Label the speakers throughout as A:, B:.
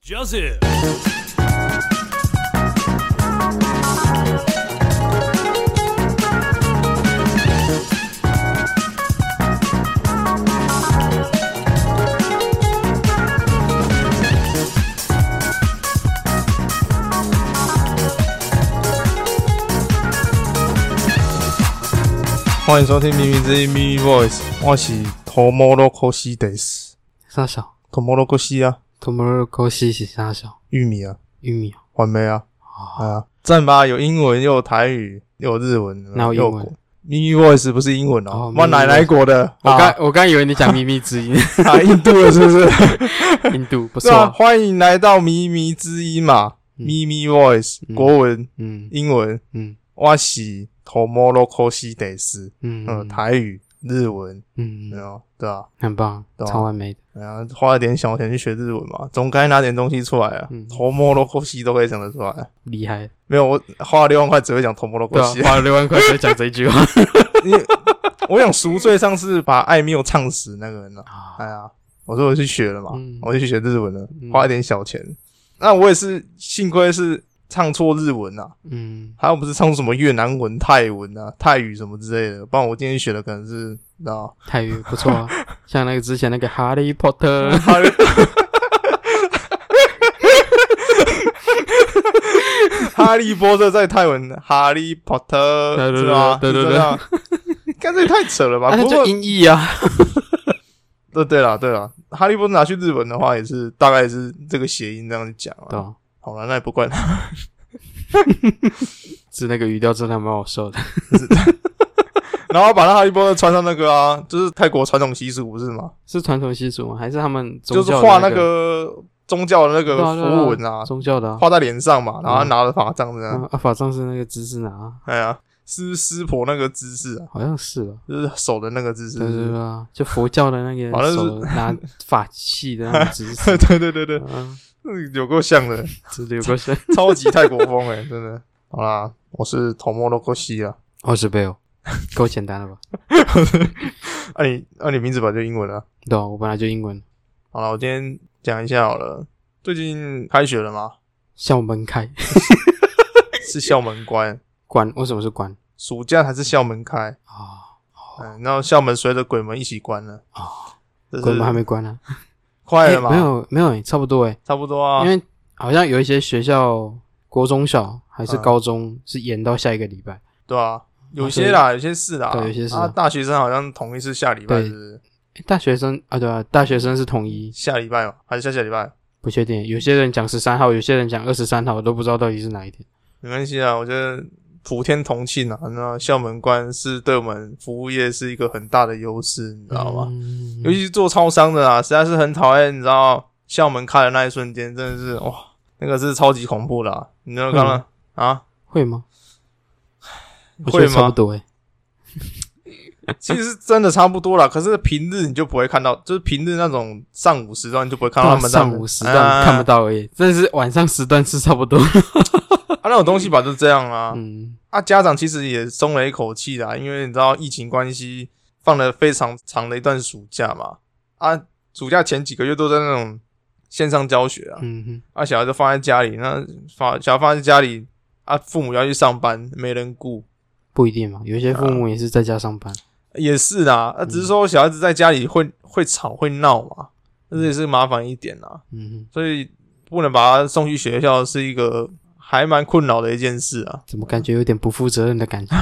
A: Joseph。
B: 欢迎收听《秘密之音》秘密 Voice，我是 Tomoroko s i d e s
C: 沙小
B: Tomoroko s 啊，
C: ，tomorrow go 西西沙小，
B: 玉米啊，
C: 玉米哦
B: 环梅啊，
C: 啊，
B: 啊，赞吧，有英文，又有台语，又有日文，
C: 哪有
B: 又
C: 英文
B: 国秘密 Voice 不是英文哦
C: 哦，
B: 我奶奶国的，
C: 我
B: 啊
C: 刚我刚以为你讲秘密之音，
B: 啊， 印度的是不是？
C: 印度不
B: 对啊，
C: 错，
B: 欢迎来到秘密之音嘛，
C: 嗯
B: 秘密 Voice，
C: 嗯
B: 国文、
C: 嗯
B: 英文，
C: 嗯
B: 我是 Tomoroko s i d e s
C: 嗯
B: 嗯，台语、日文，
C: 嗯，
B: 对
C: 嗯
B: 啊，对啊。
C: 很棒，
B: 对啊
C: 超完美的，
B: 然后花了点小钱去学日文嘛，总该拿点东西出来啊
C: 嗯。
B: 头摩罗科西都可以想得出来，
C: 厉害，
B: 没有我花了六万块只会讲头摩罗科
C: 对啊
B: 西，。
C: 花了六万块才讲这一句 话
B: 因为 我想赎罪上次把艾米有唱死那个人了、
C: 啊，
B: 哎呀，我说我去学了嘛，
C: 嗯
B: 我就去学日文了，
C: 嗯
B: 花一点小钱。那我也是幸亏是唱错日文啊，
C: 嗯
B: 还有不是唱什么越南文、泰文啊、泰语什么之类的，不然我今天学的可能是你知道。
C: 泰语不 错啊，像那个之前那个哈利波特，
B: 哈利 哈利波特在泰文，哈利波特
C: 对对
B: 是吧？
C: 对对对
B: 是这样，干这也太扯了吧？
C: 啊，那
B: 不过
C: 就，音译啊，
B: 对对了对了，哈利波特拿去日本的话，也是大概是这个谐音这样讲啊。
C: 对啊，
B: 好了，那也不怪 他。
C: 是那个语调真的蛮好笑的，
B: 然后把那哈利波特穿上那个啊，就是泰国传统习俗不是吗？
C: 是传统习俗吗？还是他们宗
B: 就是
C: 教的
B: 画那
C: 那
B: 个宗教的那个
C: 对啊对啊
B: 符文啊，
C: 宗教的啊？
B: 画在脸上嘛，然后
C: 嗯
B: 拿着法杖这样。
C: 啊，啊法杖是那个姿势拿啊，
B: 哎呀，是湿婆那个姿势啊。
C: 好像是吧？
B: 就是手的那个姿势。
C: 对对对啊，就佛教的那
B: 好像
C: 个
B: 是
C: 手拿法器的那种姿势，
B: 对对对对
C: 嗯，
B: 对，有够像 的，
C: 这里有个声，
B: 超级泰国风哎、真的。好啦，我是头摸都够西啊。
C: 二十倍哦， 够简单了吧？
B: 啊你啊你名字本来就英文啊。
C: 对啊，我本来就英文，
B: 好了，我今天讲一下好了。最近开学了吗？
C: 校门开，
B: 是校门 关，
C: 关为什么是关
B: 暑假还是校门开？
C: 啊？
B: 嗯，然后校门随着鬼门一起关了。
C: 哦
B: 这是
C: 鬼门还没关呢，
B: 快了
C: 诶
B: 吗？
C: 没，有没有，差不多诶，
B: 差不多啊。
C: 因为好像有一些学校国中小还是
B: 嗯
C: 高中是延到下一个礼拜，
B: 对啊，有些啦，有些是啦，
C: 对有些是
B: 啊。
C: 啊
B: 大学生好像同一是下礼拜
C: 对
B: 是不是
C: 诶大学生啊，对啊，大学生是统一，
B: 下礼拜哦，还是下下礼拜？
C: 不确定，有些人讲十三号，有些人讲二十三号，我都不知道到底是哪一天。
B: 没关系啊，我觉得普天同庆啊，那校门关是对我们服务业是一个很大的优势，你知道吗？
C: 嗯
B: 尤其是做超商的啊，实在是很讨厌，你知道校门开的那一瞬间，真的是哇，那个是超级恐怖的、啊，你知道刚刚、啊？
C: 会吗？嗯我觉
B: 会
C: 得差不
B: 吗？
C: 多欸诶，
B: 其实真的差不多啦，可是平日你就不会看到，就是平日那种上午时段你就不会看到他们啊
C: 哦上午时段看不
B: 到
C: 到而已，但是晚上时段是差不多。
B: 啊啊那种东西吧，就这样啊。
C: 嗯，
B: 啊，家长其实也松了一口气啦，因为你知道疫情关系，放了非常长的一段暑假嘛。啊，暑假前几个月都在那种线上教学啊，
C: 嗯哼，
B: 啊，小孩就放在家里，那放小孩放在家里，啊，父母要去上班，没人顾，
C: 不一定嘛，有
B: 啊
C: 些父母也是在家上班。
B: 也是啦。啊，只是说小孩子在家里会会吵会闹嘛，这也是麻烦一点啦。
C: 嗯哼，
B: 所以不能把他送去学校是一个还蛮困扰的一件事啊。
C: 怎么感觉有点不负责任的 感觉？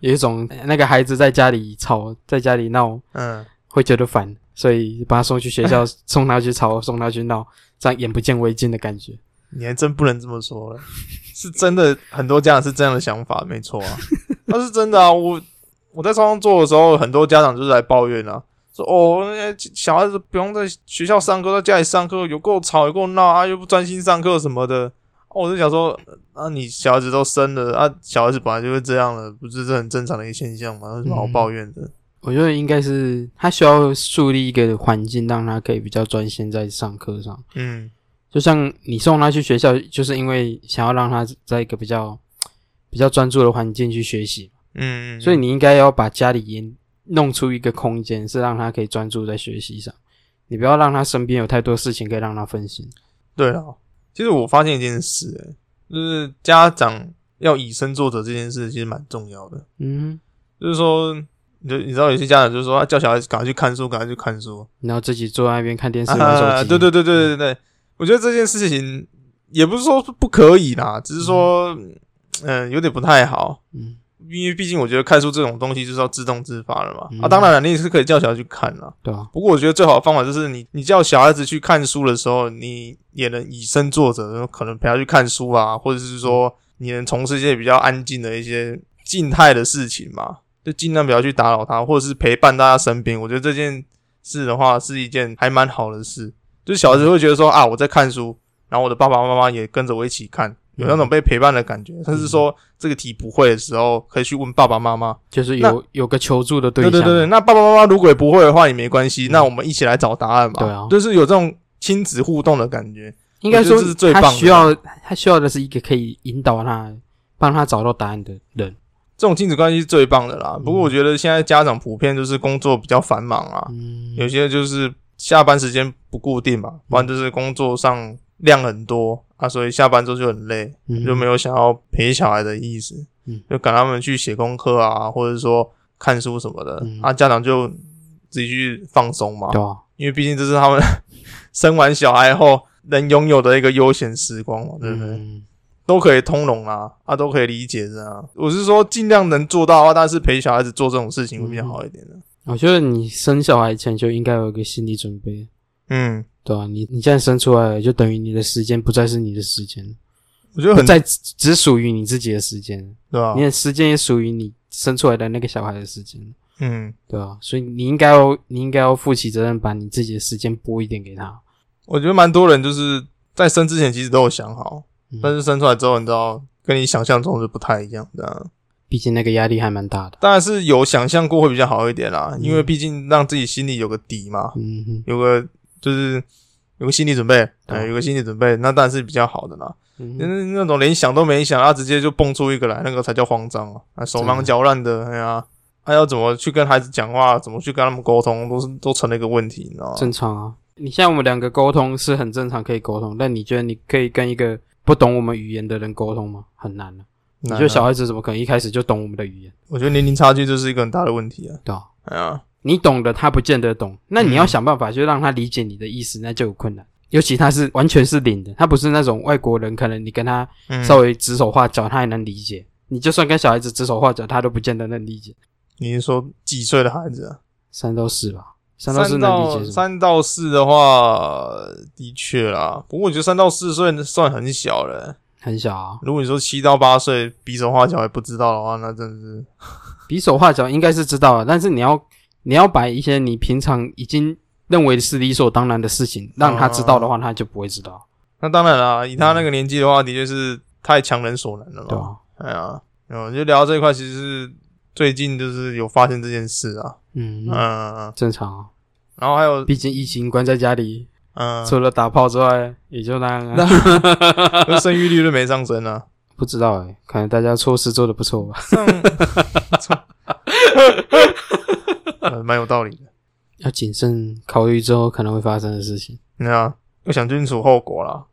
C: 有一种呃那个孩子在家里吵，在家里闹
B: 嗯，
C: 会觉得烦，所以把他送去 学校，送他去吵，送他去闹，这样眼不见为净的感觉。
B: 你还真不能这么说了， 是真的，很多家长是这样的想法，没错啊，那是真的啊。我我在超商做的时候，很多家长就是来抱怨啊，说哦，那些小孩子不用在学校上课，在家里上课有够吵，有够闹啊，又不专心上课什么的。哦、我就想说，啊，你小孩子都生了啊，小孩子本来就会这样了，不是这很正常的一个现象吗？有什么好抱怨的？
C: 我觉得应该是他需要树立一个环境，让他可以比较专心在上课上。
B: 嗯，
C: 就像你送他去学校，就是因为想要让他在一个比较比较专注的环境去学习，
B: 嗯嗯，
C: 所以你应该要把家里也弄出一个空间，是让他可以专注在学习上。你不要让他身边有太多事情可以让他分心。
B: 对啊，其实我发现一件事、欸，就是家长要以身作则这件事其实蛮重要的。
C: 嗯，
B: 就是说，你就你知道有些家长就是说、啊、叫小孩子赶快去看书，赶快去看书，
C: 然后自己坐在那边看电视、玩手
B: 啊，
C: 机，
B: 对对对对对对，我觉得这件事情也不是说不可以啦，只是说嗯、呃有点不太好，
C: 嗯，
B: 因为毕竟我觉得看书这种东西就是要自动自发了嘛。
C: 嗯
B: 啊，当然了，你也是可以叫小孩去看啦。
C: 对啊，
B: 不过我觉得最好的方法就是你你叫小孩子去看书的时候，你也能以身作则，可能陪他去看书啊，或者是说你能从事一些比较安静的一些静态的事情嘛，就尽量不要去打扰他，或者是陪伴在他身边。我觉得这件事的话是一件还蛮好的事，就是小孩子会觉得说啊我在看书，然后我的爸爸妈妈也跟着我一起看。有那种被陪伴的感觉，甚至说这个题不会的时候，可以去问爸爸妈妈，
C: 就是有有个求助的
B: 对
C: 对象，啊嗯
B: 对对，那爸爸妈妈如果也不会的话也没关系，那我们一起来找答案嘛。
C: 对啊
B: 就是有这种亲子互动的感觉。
C: 应该
B: 我觉
C: 说
B: 得这是最棒
C: 他
B: 的
C: 需要他需要的是一个可以引导他、帮他找到答案的人。
B: 这种亲子关系是最棒的
C: 嗯
B: 啦。不过我觉得现在家长普遍就是工作比较繁忙啊，
C: 嗯，
B: 有些就是下班时间不固定嘛，不然就是工作上量很多啊，所以下班之后就很累，
C: 嗯
B: 就没有想要陪小孩的意思，
C: 嗯
B: 就赶他们去写功课啊，或者说看书什么的，
C: 嗯
B: 啊，家长就自己去放松嘛。
C: 对啊，
B: 因为毕竟这是他们 生完小孩后能拥有的一个悠闲时光嘛，对不对？
C: 嗯
B: 都可以通融啊，啊，都可以理解的啊。我是说，尽量能做到啊，但是陪小孩子做这种事情会比较好一点的。
C: 我觉得你生小孩前就应该有一个心理准备，
B: 嗯，
C: 对啊，你你现在生出来了，就等于你的时间不再是你的时间，
B: 我觉得
C: 不
B: 很哦
C: 再只只属于你自己的时间，
B: 对啊吧、
C: 你的时间也属于你生出来的那个小孩的时间，
B: 嗯，
C: 对啊，所以你应该要你应该要负起责任，把你自己的时间拨一点给他。
B: 我觉得蛮多人就是在生之前其实都有想好，
C: 嗯
B: 但是生出来之后，你知道跟你想象中是不太一样的啊、
C: 毕竟那个压力还蛮大的，
B: 当然是有想象过会比较好一点啦，
C: 嗯
B: 因为毕竟让自己心里有个底嘛。
C: 嗯哼，
B: 有个就是有个心理准备，
C: 对
B: 哎，有个心理准备，那当然是比较好的啦。
C: 嗯
B: 那
C: 哼
B: 那种连想都没想，啊，直接就蹦出一个来，那个才叫慌张啊！啊，手忙脚乱的，哎呀，还、要怎么去跟孩子讲话，怎么去跟他们沟通，都是都成了一个问题，你知道吗？
C: 正常啊。你像我们两个沟通是很正常，可以沟通，但你觉得你可以跟一个不懂我们语言的人沟通吗？很难啊。
B: 你
C: 你觉得小，孩子怎么可能一开始就懂我们的语言？
B: 我觉得年龄差距就是一个很大的问题啊！
C: 对啊，
B: 哎呀，
C: 你懂的他不见得懂，那你要
B: 嗯
C: 想办法去让他理解你的意思，那就有困难。尤其他是完全是零的，他不是那种外国人，可能你跟他
B: 嗯，
C: 稍微指手画脚，他还能理解。你就算跟小孩子指手画脚，他都不见得能理解。
B: 你是说几岁的孩子啊？
C: 三到四吧，三到四
B: 三
C: 能理
B: 到
C: 解什么？
B: 三到四的话，的确啦。不过我觉得三到四岁算很小了、
C: 很小啊，
B: 如果你说七到八岁比手画脚还不知道的话，那真的是
C: 比手画脚应该是知道了，但是你要你要把一些你平常已经认为是理所当然的事情，让他知道
B: 哦
C: 的话，他就不会知道，
B: 那当然啦，以他那个年纪的话，的确是太强人所难了
C: 对啊
B: 嘛。
C: 吧？
B: 哎呀，嗯，就聊到这一块，其实是最近就是有发现这件事啊，
C: 嗯，
B: 嗯，
C: 正常啊，
B: 然后还有，
C: 毕竟疫情关在家里，
B: 嗯，
C: 除了打炮之外，也就啊那样、啊。
B: 就生育率就没上升啊。
C: 不知道哎、可能大家措施做的不错吧。
B: 上，呃蛮有道理的。
C: 要谨慎考虑之后可能会发生的事情。
B: 你看，要想清楚后果啦。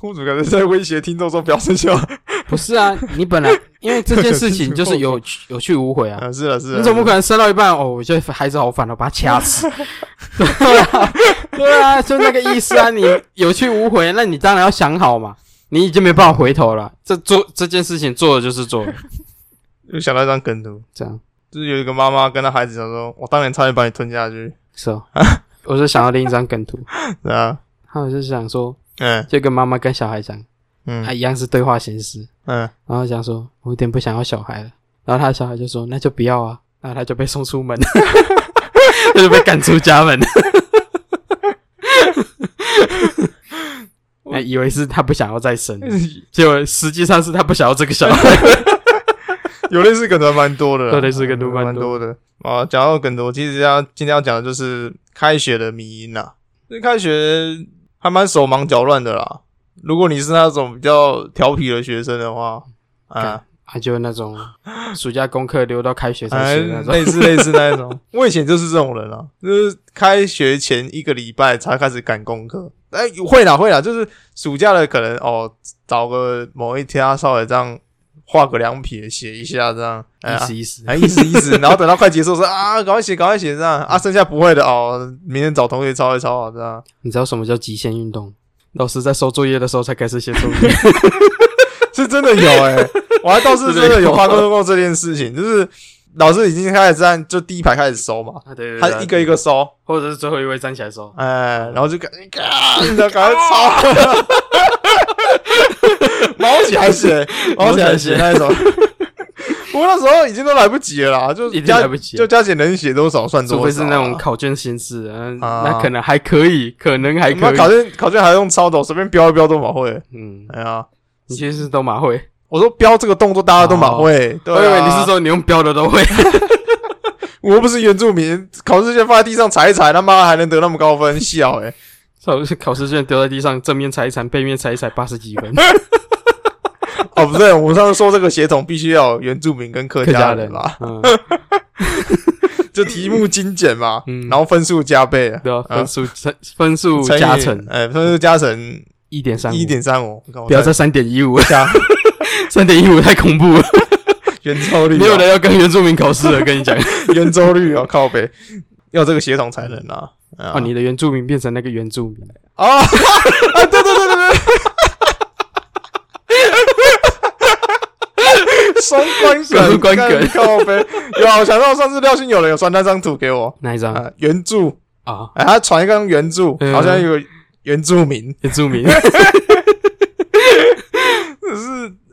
B: 户主感觉在威胁听众说不要生小孩。
C: 不是啊，你本 来因为这件事情就是有有去无回啊。
B: 嗯，是啊，是啊。
C: 你怎么
B: 是
C: 可能生到一半哦？我觉得孩子好烦哦，把他掐死。 对啊，对啊，就那个意思啊。你有去无回，那你当然要想好嘛。你已经没办法回头了。这做这件事情做了就是做了，
B: 又想到一张梗图，
C: 这样
B: 就是有一个妈妈跟她孩子讲说：“我当年差点把你吞下 去。
C: 是哦。我就想到另一张梗图，”
B: 对啊，
C: 还有就是想说，
B: 嗯
C: 就跟妈妈跟小孩讲，他
B: 嗯
C: 一样是对话形式。
B: 嗯。
C: 然后想说，我有点不想要小孩了。然后他的小孩就说，那就不要啊。然后他就被送出门， 他就被赶出家 门。那哎以为是他不想要再生，结果实际上是他不想要这个小 孩。
B: 有类似梗的蛮多的啦，
C: 有类似梗图
B: 蛮
C: 蛮
B: 多
C: 多
B: 的啊。讲到梗图，我其实要今天要讲的就是开学的迷因啦。这开学还蛮手忙脚乱的啦。如果你是那种比较调皮的学生的话，啊，
C: 他就那种暑假功课留到开学才
B: 哎
C: 写那种。
B: 类似 类似那一种。我以前就是这种人啊，就是开学前一个礼拜才开始赶功课，哎、会啦会啦，就是暑假的可能哦，找个某一天啊，稍微这样画个两撇，写一下这样，哎
C: 意
B: 呀、
C: 思意思。
B: 还意思意思， 然后等到快结束的时候啊，赶快写，赶快写这样啊，剩下不会的哦，明天找同学抄一抄啊，这样。
C: 你知道什么叫极限运动？老师在收作业的时候才开始写作业。
B: 是真的有哎、我还倒是真的有发生过这件事情，就是老师已经开始站，就第一排开始收嘛，
C: 啊，对对
B: 他一个一，个收，
C: 或者是最后一位站起来收。
B: 哎、然后就赶紧赶赶快抄， 毛起来写，毛起来写那一种。 不过那时候已经都来不及了啦，就
C: 一定
B: 加
C: 来不及
B: 就加减能写多少算多少
C: 除
B: 啊，
C: 非是那种考卷形式，嗯，
B: 啊
C: 那可能还可以，可能还
B: 你妈
C: 可以。
B: 考卷考卷还用抄的，我随便标一标都马会。
C: 嗯，
B: 哎呀，
C: 你其实都蛮会。
B: 我说标这个动作大家都马会，对、
C: 哦我
B: 啊，
C: 以为你是说你用标的都会。
B: 我又不是原住民，考试卷放在地上踩一踩，他妈还能得那么高分，笑欸诶、
C: 考试考试卷丢在地上，正面踩一踩，背面踩一踩，八十几 分。
B: 哦，不对，我们上次说这个血统必须要有原住民跟客
C: 客
B: 家
C: 家
B: 人
C: 人
B: 嘛，
C: 嗯，
B: 就题目精简嘛，
C: 嗯
B: 然后分数加倍，
C: 对啊，
B: 啊
C: 分数乘分数
B: 乘以
C: 加成
B: 哎、分数加成
C: 一点三五
B: 一，点哦三五，你看我
C: 不要
B: 在
C: 再三点一五，
B: 加
C: 三点一五太 恐怖了，
B: 圆周率、
C: 没有
B: 哦，
C: 人要跟原住民考试了。跟你 讲，
B: 圆周率哦，靠北，要这个血统才能啊，啊
C: 哦，你的原住民变成那个原住民，
B: 哦，啊，对对对对对。 双关
C: 双
B: 梗，
C: 关
B: 干
C: 梗
B: 靠呗。有啊，我想到上次廖信友人有传那张图给我，
C: 那一张
B: 啊，原著，
C: 啊？
B: 哎，他传一张原著，
C: 嗯
B: 好像有个原住民，
C: 原 住民
B: 只是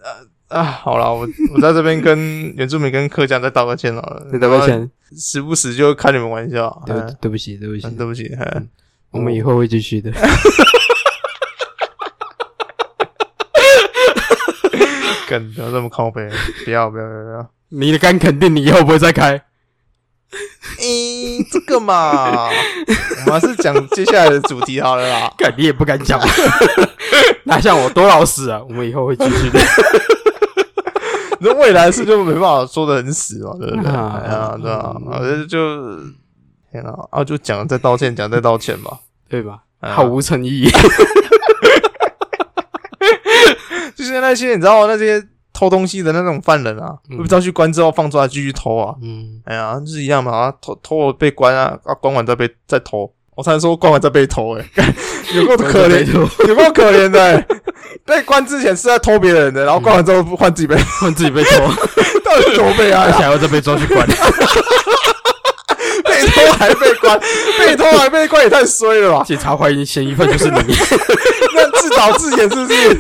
B: 呃啊，好了，我我在这边跟 原住民跟客家再道个歉好了，
C: 对不
B: 然
C: 起，
B: 后时不时就开你们玩笑，哎
C: 对对不起，对不起
B: 嗯，对不起，哎
C: 我们以后会继续的。
B: 梗不要这么靠背，不要不要不要不要。
C: 你的肝肯定你以后不会再开。
B: 诶、这个嘛，我们还是讲接下来的主题好了啦。
C: 敢你也不敢讲， 哪像我多老实啊！我们以后会继续 的。
B: 那未来是就没办法说的很死嘛，对不对？
C: 啊
B: 哎呀，对啊，反正就天啊，啊就讲再道歉，讲再道歉嘛。
C: 对吧？
B: 嗯
C: 好无诚意，
B: 就是那些你知道那些偷东西的那种犯人啊，
C: 嗯
B: 不知道去关之后放出来继续偷啊。
C: 嗯，
B: 哎呀，就是一样嘛，啊偷偷了被关啊，啊关完再被再偷。我才说关完再被偷、欸，哎，有够可 怜， 有够可怜的、欸。被关之前是在偷别人的，然后关完之后换自己被
C: 换自己被 偷，
B: 到底多悲哀
C: 而
B: 啊！
C: 且还要再被抓去关。
B: 被偷还被关，被偷还被关也太衰了吧！
C: 警察怀疑嫌疑犯就是你，
B: 那自导自演 是不是？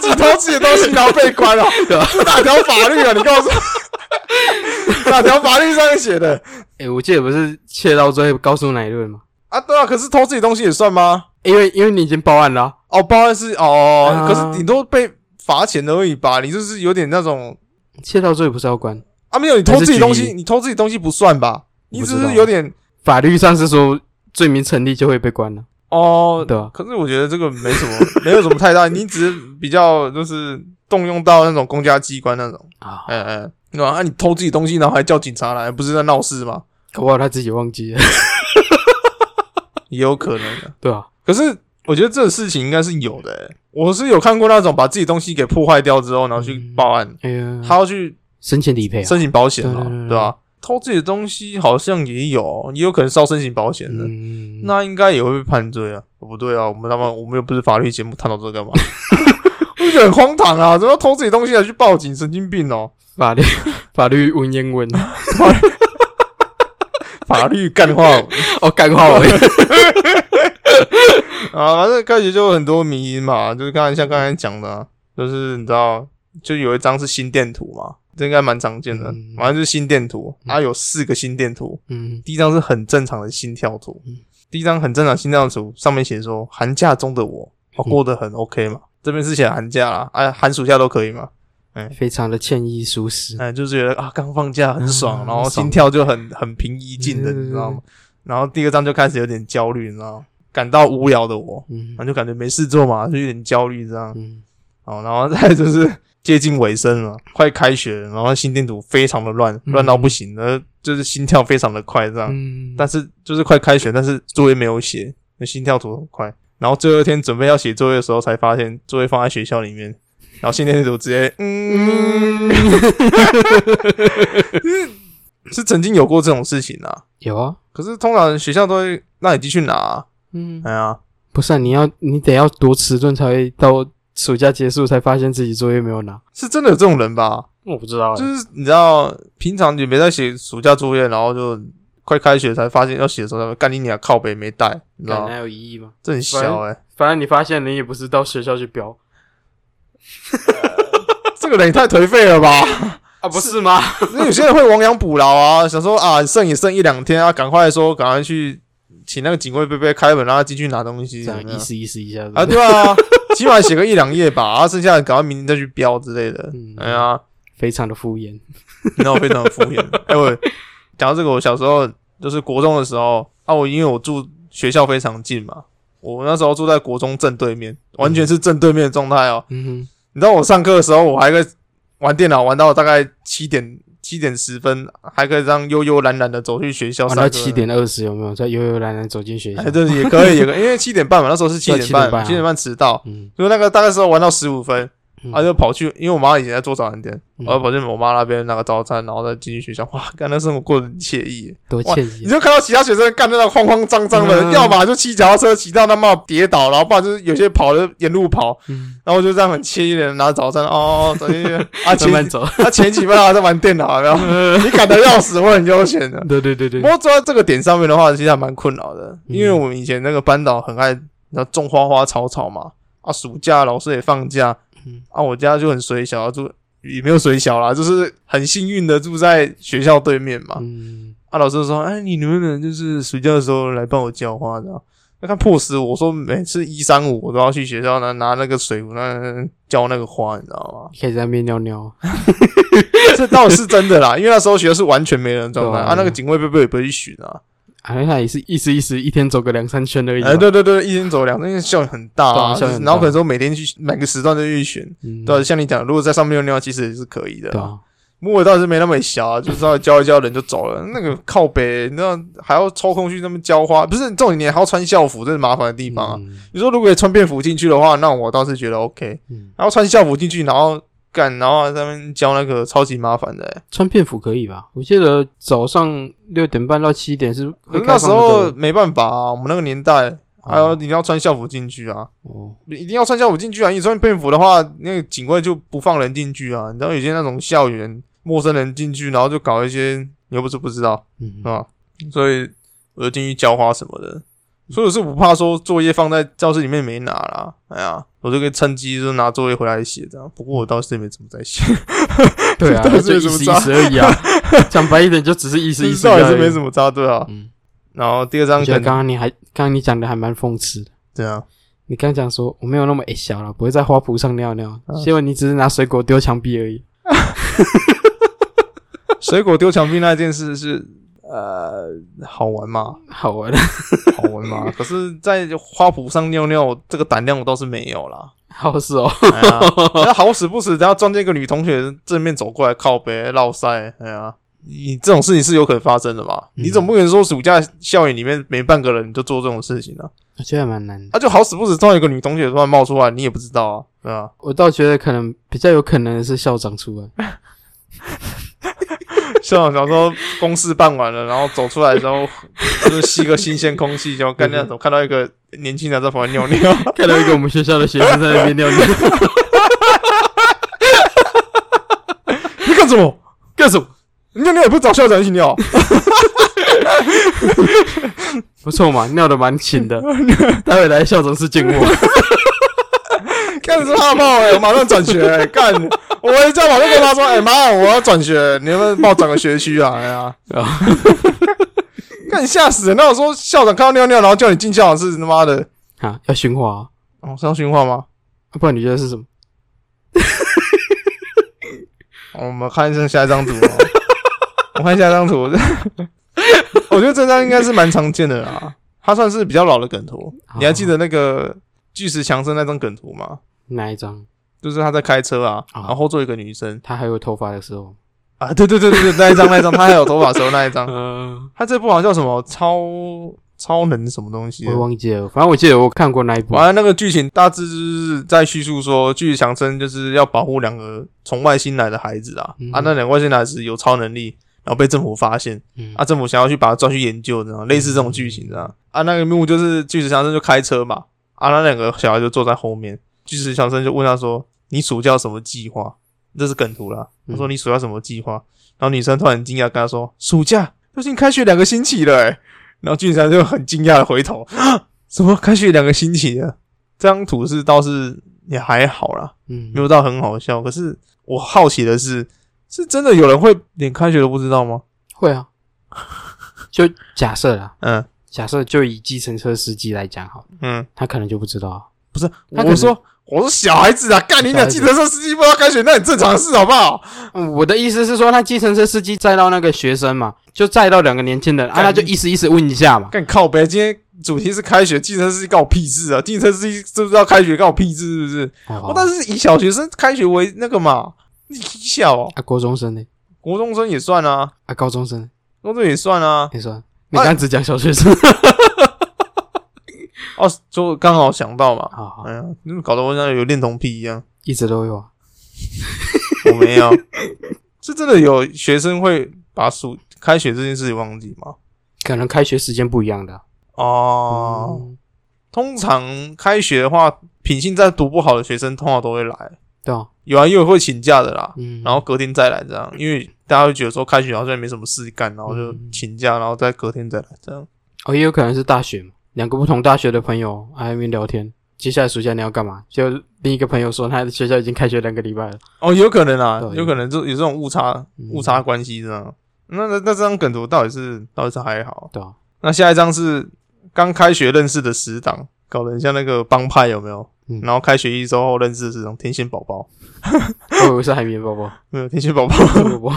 B: 自己偷自己的东西然后被关了、
C: 对吧？
B: 这哪条法律啊？你告诉我， 哪条法律上面写的
C: 哎，我记得不是窃盗罪高速乃论吗？
B: 啊？对啊，可是偷自己东西也算吗？
C: 因为因为你已经报案了啊，
B: 哦，报案是哦，
C: 啊
B: 可是顶多被罚钱而已吧？你就是有点那种
C: 窃盗罪不是要关？
B: 啊，没有你偷自己东
C: 还是
B: 西，
C: 拘
B: 你偷自己东西不算吧？你只
C: 我不知
B: 是
C: 道
B: 有点
C: 法律上是说罪名成立就会被关了，
B: 哦，
C: 对吧？
B: 可是我觉得这个没什么，没有什么太大，你只是比较就是动用到那种公家机关那种，
C: 啊，
B: 嗯嗯，对吧？啊，你偷自己东西，然后还叫警察来，不是在闹事吗？
C: 搞不好他自己忘记了，
B: 也有可能的。
C: 对吧？
B: 可是我觉得这个事情应该是有的、欸，我是有看过那种把自己东西给破坏掉之后，然后去报案，
C: 哎呀，
B: 他要去
C: 申请理赔啊，
B: 申请保险嘛，
C: 对对对
B: 对吧、偷自己的东西好像也有，也有可能是要申请保险的。
C: 嗯，
B: 那应该也会被判罪啊？不对啊，我们他妈我们又不是法律节目，探讨这个干 嘛？我就觉得很荒唐啊！怎么偷自己东西还去报警？神经病哦！
C: 法律 法律文言文，
B: 法律干 话
C: 哦，干话文，
B: 啊！反正开始就有很多迷因嘛，就是刚才像刚才讲的啊、就是你知道，就有一张是心电图嘛，这应该蛮常见的
C: 嗯。
B: 反正就是心电图，它有四个心电图。
C: 嗯，
B: 第一张是很正常的心跳图
C: 嗯，
B: 第一张很正常的心跳图，上面写说寒假中的我，我
C: 嗯
B: 过得很 OK 嘛。这边是写寒假啦，哎、寒暑假都可以嘛。
C: 非常的歉意疏失，
B: 哎，就是觉得啊，刚放假很爽，然
C: 嗯
B: 后
C: 很爽
B: 心跳就很 很平易近人，
C: 嗯
B: 你知道吗？然后第二章就开始有点焦虑，你知道吗？感到无聊的我，
C: 嗯
B: 然后就感觉没事做嘛，就有点焦虑这样。
C: 嗯，
B: 哦，然后再就是 接近尾声了，快开学了，然后心电图非常的乱，
C: 嗯
B: 乱到不行，然后就是心跳非常的快这样。
C: 嗯
B: 但是就是快开学，但是作业没有写，那心跳图很快。然后最后一天准备要写作业的时候，才发现作业放在学校里面，然后心电图直接，嗯，是曾经有过这种事情啊。
C: 有啊，
B: 可是通常学校都会让你继续拿、啊，
C: 嗯，
B: 哎呀，
C: 不是、啊、你要你得要多迟钝才会到暑假结束才发现自己作业没有拿。
B: 是真的有这种人吧？
C: 我不知道、欸，
B: 就是你知道，平常也没在写暑假作业，然后就快开学才发现要写的时候，才会干你娘靠北没带，你知道
C: 感
B: 吗？
C: 有意义吗？
B: 这很小哎、
C: 反正你发现你也不是到学校去标
B: 这个人也太颓废了吧？
C: 啊，不是吗？
B: 因为有些人会亡羊补牢啊，想说啊，剩也剩一两天啊，赶快说，赶快去请那个警卫贝贝开门，让他进去拿东西，
C: 这样
B: 有没有
C: 意思意思一下是不是
B: 啊，对啊，起码写个一两页吧，啊，剩下的赶快明天再去标之类的。
C: 嗯
B: 哎呀，
C: 非常的敷衍。
B: 那我非常的敷 衍。哎、我讲到这个，我小时候就是国中的时候啊，我因为我住学校非常近嘛，我那时候住在国中正对面，完全是正对面的状态哦。
C: 嗯
B: 你知道我上课的时候，我还可以玩电脑，玩到大概七点七点十分，还可以这样悠悠懒懒的走去学校
C: 哼，玩
B: 上课。
C: 到七点二十有没有？再悠悠懒懒走进学校
B: 哎，。对，也可以，也可以，因 为七点半嘛，那时候是七点
C: 7:30啊
B: 半，七点半迟到，
C: 嗯，
B: 就那个大概时候玩到十五分，
C: 嗯
B: 啊，就跑去，因为我妈以前在做早餐店，
C: 嗯
B: 我就跑去我妈那边拿个早餐，然后再进去学校。哇，干那生活过得很惬意耶。
C: 多
B: 哇
C: 歉
B: 你
C: 意。
B: 就看到其他学生干那种慌慌张张的，
C: 嗯
B: 要么就骑脚踏车骑到他妈跌倒，然后不然就是有些跑的沿路跑，
C: 嗯，
B: 然后就这样很惬意的拿早餐哦，走进去啊
C: 慢慢
B: 前
C: 走。
B: 啊前几班还在玩电脑， 然后你赶得要死，我很悠闲的。
C: 嗯对对对对
B: 不，过抓到这个点上面的话，其实还蛮困扰的，
C: 嗯
B: 因为我们以前那个班导很爱那种花花草草嘛，啊，暑假老师也放假
C: 嗯，
B: 啊，我家就很水小，住也没有水小啦，就是很幸运的住在学校对面嘛。
C: 嗯，
B: 啊，老师就说，哎，你能不能就是暑假的时候来帮我浇花的？啊那他迫使我说，每次一三五我都要去学校拿拿那个水壶那浇那个花，你知道吗？
C: 可以在那边尿尿。
B: 这倒是真的啦，因为那时候学校是完全没人的状态
C: 对啊
B: 啊，那个警卫贝贝也不会去巡啊。
C: 好像也是意思意思，一天走个两三圈而已吧。
B: 哎、对对对，一天走两，因为效率很大、
C: 对啊
B: 啊，
C: 效率很大
B: 然后可能说每天去买个时段就去选，
C: 嗯
B: 对啊、像你讲，如果在上面尿尿，其实也是可以的
C: 对
B: 啊。
C: 啊，
B: 木尾倒是没那么小、啊，就稍微浇一浇人就走了。那个靠北，你知道还要抽空去那边浇花，不是重点，你还要穿校服，这是麻烦的地方啊。
C: 嗯
B: 你说如果穿便服进去的话，那我倒是觉得 OK。
C: 嗯，
B: 然后穿校服进去，然后干，然后还在那边浇那个，超级麻烦的、欸。
C: 穿便服可以吧？我记得早上六点半到七点是
B: 可
C: 会
B: 是
C: 开
B: 那
C: 放嗯
B: 时
C: 这
B: 候
C: 个
B: 没办法啊，我们那个年代，还有你要穿校服进去啊。
C: 哦，
B: 一定要穿校服进去啊！你穿便服的话，那个警卫就不放人进去啊。你知道有些那种校园陌生人进去，然后就搞一些你又不是不知道
C: 嗯
B: 啊，所以我就进去浇花什么的。所以我是不怕说作业放在教室里面没拿啦，哎呀，我就可以趁机就拿作业回来写这样。不过我倒是也没怎么在 写，
C: 对啊，
B: 到底
C: 就是意
B: 怎么
C: 思
B: 扎
C: 意思而已啊。 讲白一点，就只是意思意思
B: 倒
C: 而已。
B: 也是没什么扎对啊。
C: 嗯，
B: 然后第二张
C: 我觉得
B: 可能
C: 刚刚你还刚刚你讲的还蛮讽刺的。
B: 这样，
C: 你刚讲说我没有那么矮小了，不会在花圃上尿尿，
B: 嗯
C: 结果你只是拿水果丢墙壁而已。
B: 水果丢墙壁那件事是呃好玩吗？
C: 好玩，
B: 好闻吗？可是，在花圃上尿尿，这个胆量我倒是没有啦。
C: 好是哦，
B: 哎呀，那好死不死，然后撞见一个女同学正面走过来靠背绕塞，哎呀，你这种事情是有可能发生的嘛？
C: 嗯
B: 你总不可能说暑假校园里面没半个人就做这种事情啊？
C: 我觉得还蛮难的。
B: 啊，就好死不死撞见一个女同学突然冒出来，你也不知道啊，对 吧、
C: 我倒觉得可能比较有可能是校长出来，
B: 校长想说公事办完了，然后 走出来的时候，就是吸个新鲜空气，就干那种看到一个年轻人在旁边尿尿。
C: 看到一个我们学校的学生在那边尿 尿，
B: 你干什么？
C: 干什么？
B: 你尿尿也不找校长一起尿？
C: 不错嘛，尿的蛮勤 的。待会来校长室见我。
B: 干是怕爆哎、我马上转学、欸，干！我回家马上跟他说，哎、妈，我要转学，你能不能帮我转个学区啊？哎呀，干吓死人！那我说校长看到尿尿，然后叫你进校长室，他妈的，
C: 啊，要循环、啊，
B: 哦，是要训话吗？
C: 不然你觉得是什么？
B: 哦我们看一下下一张图、哦，我看下一张图， 我觉得这张应该是蛮常见的啦，它算是比较老的梗图。你还记得那个巨石强森那张梗图吗？
C: 哪一张？
B: 就是他在开车啊，
C: 啊
B: 然后后座有一个女生
C: 他还有头发的时候。
B: 啊，对对对对对，那一张那一张，他还有头发的时候那一张，
C: 嗯、
B: 他这部好像叫什么超超能什么东西的
C: 我也忘记了，反正我记得我看过那一部。
B: 反正那个剧情大致就是在叙述说，巨石强森就是要保护两个从外星来的孩子啊，
C: 嗯
B: 啊，那两个外星来子有超能力，然后被政府发现，
C: 嗯
B: 啊，政府想要去把他抓去研究，这样类似这种剧情，这样啊，那个幕就是巨石强森就开车嘛，啊，那两个小孩就坐在后面，巨石强森就问他说：“你暑假有什么计划？”这是梗图啦。
C: 嗯
B: 他说：“你暑假有什么计划？”然后女生突然很惊讶跟他说：“暑假都已经开学两个星期了、欸。”然后巨石强森就很惊讶的回头：“啊什么开学两个星期了？”这张图是倒是也还好啦，
C: 嗯
B: 没有到很好笑。可是我好奇的是，是真的有人会连开学都不知道吗？
C: 会啊。就假设啦，
B: 嗯
C: 假设就以计程车司机来讲好了，
B: 嗯。
C: 他可能就不知道啊。
B: 不是，
C: 他可能
B: 我说我说小孩子啊，干你
C: 小
B: 俩
C: 孩子
B: 计程车司机不知道开学，那很正常的事，好不好？
C: 嗯，我的意思是说，那计程车司机载到那个学生嘛，就载到两个年轻人啊，
B: 干
C: 那就意思意思问一下嘛。
B: 干靠呗，今天主题是开学，计程车司机干我屁事啊！计程车司机知不知道开学干我屁事，是不是？
C: 哦
B: 哎我、但是以小学生开学为那个嘛，你笑哦，
C: 啊，国中生呢？
B: 国中生也算啊，
C: 啊，高中生呢，
B: 高中生也算啊。
C: 你说你刚只讲小学 生，
B: 哦，就刚好想到嘛，
C: 好好
B: 哎，呀，你怎么搞得我像有恋童癖一样？
C: 一直都有啊。
B: 我没有， 是真的有学生会把暑开学这件事情忘记吗？
C: 可能开学时间不一样的啊。
B: 哦、
C: 嗯，
B: 通常开学的话，品性再读不好的学生，通常都会来。
C: 对啊，
B: 有啊，因为会请假的啦，
C: 嗯，
B: 然后隔天再来这样，因为大家会觉得说开学好像也没什么事干，然后就
C: 嗯
B: 请假，然后再隔天再来这样。
C: 哦，也有可能是大学嘛，两个不同大学的朋友还没聊天。接下来暑假你要干嘛？就另一个朋友说他的学校已经开学两个礼拜了。
B: 哦，有可能啊
C: 对，
B: 有可能就有这种误差
C: 嗯
B: 误差关系这样。那那那这张梗图到底是到底是还好？
C: 对啊，
B: 那下一张是刚开学认识的死党，搞得很像那个帮派有没有？
C: 嗯
B: 然后开学一周后认识的死党天线宝宝，
C: 我以为是海绵宝宝，
B: 没有天线宝宝，
C: 海绵宝宝。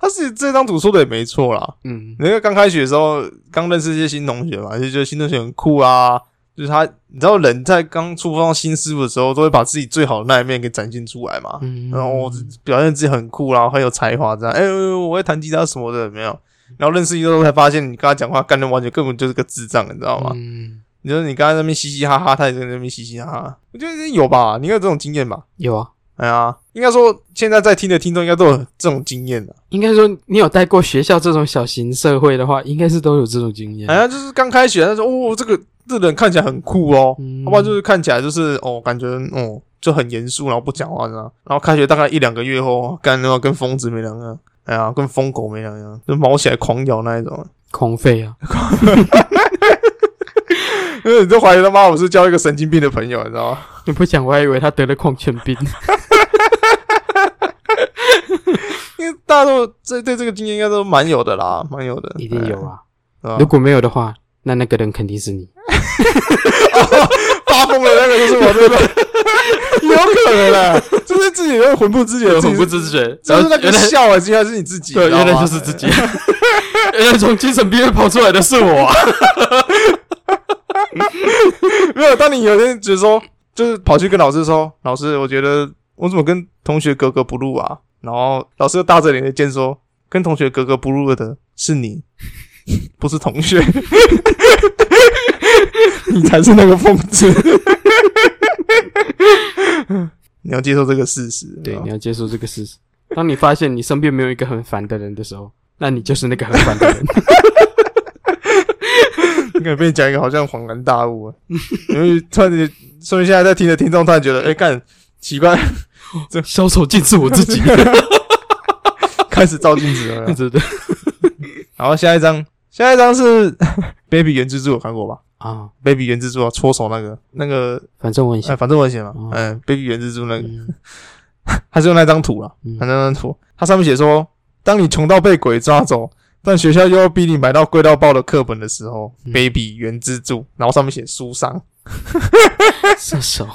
B: 他是这张图说的也没错啦。
C: 嗯
B: 那个刚开学的时候，刚认识一些新同学嘛，就觉得新同学很酷啊。就是他，你知道人在刚触碰到新事物的时候，都会把自己最好的那一面给展现出来嘛。
C: 嗯，
B: 然后我表现自己很酷，然后很有才华，这样，哎、我会弹吉他什么的，有没有。然后认识一之后才发现，你跟他讲话，干的完全根本就是个智障，你知道吗？啊
C: 嗯，
B: 你说你刚才那边嘻嘻哈哈，他也在那边嘻嘻哈哈，我觉得有吧，你应该有这种经验吧？
C: 有啊，
B: 哎呀，应该说现在在听的听众应该都有这种经验的。
C: 应该说你有带过学校这种小型社会的话，应该是都有这种经验
B: 好。像就是刚开学，他说：“哦，这个这人看起来很酷哦。
C: 嗯
B: 要不然就是看起来就是哦，感觉哦就很严肃，然后不讲话这样。然后开学大概一两个月后，干他妈跟疯子没两样，哎呀，跟疯狗没两样，就毛起来狂咬那一种。
C: 狂吠啊，
B: 因为你就怀疑他妈我是交一个神经病的朋友，你知道吗？
C: 你不讲我还以为他得了狂犬病。
B: 哎因为大家都这对这个经验应该都蛮有的啦，蛮有的，
C: 一定有啊，
B: 哎，
C: 如
B: 对吧？
C: 果没有的话，那那个人肯定是你。
B: 发疯的那个就是我，对不对？有可能啊， 就是自己有点魂不知觉，自己是
C: 知觉，
B: 就是那个笑啊，竟然是你自己，
C: 对，
B: 你知道
C: 原来
B: 吗
C: 就是 自己，原来从精神病院跑出来的是我、啊。
B: 没有，当你有一天觉得说，就是跑去跟老师说，老师，我觉得我怎么跟同学格格不入啊？然后老师就大着脸的尖说，跟同学格格不入的是你，不是同 学，你才是那个疯子。你要接受这个事实， 哦
C: 对，
B: 你知
C: 你
B: 道吗
C: 要接受这个事实。当你发现你身边没有一个很烦的人的时候，那你就是那个很烦的 人。
B: 你可能被你讲一个好像恍然大悟 啊，因为突然间，说明现在在听的听众突然觉得，哎、干奇怪，
C: 小丑竟是我自 己，
B: 开始照镜子了有没有。
C: 真的
B: 然后下一张，下一张是 Baby 原蜘蛛，有看过吧
C: 啊。
B: ？Baby 原蜘蛛啊，搓手那个那个，
C: 反正我很想
B: 哎，，反正我很喜欢嘛
C: 哦，
B: 哎，Baby 原蜘蛛那个，
C: 嗯
B: 他是用那张图啦，
C: 嗯
B: 反正那张图，它上面写说，当你穷到被鬼抓走，但学校又要逼你买到贵到爆的课本的时候
C: 嗯
B: ，Baby 原蜘蛛，然后上面写书商，
C: 射手，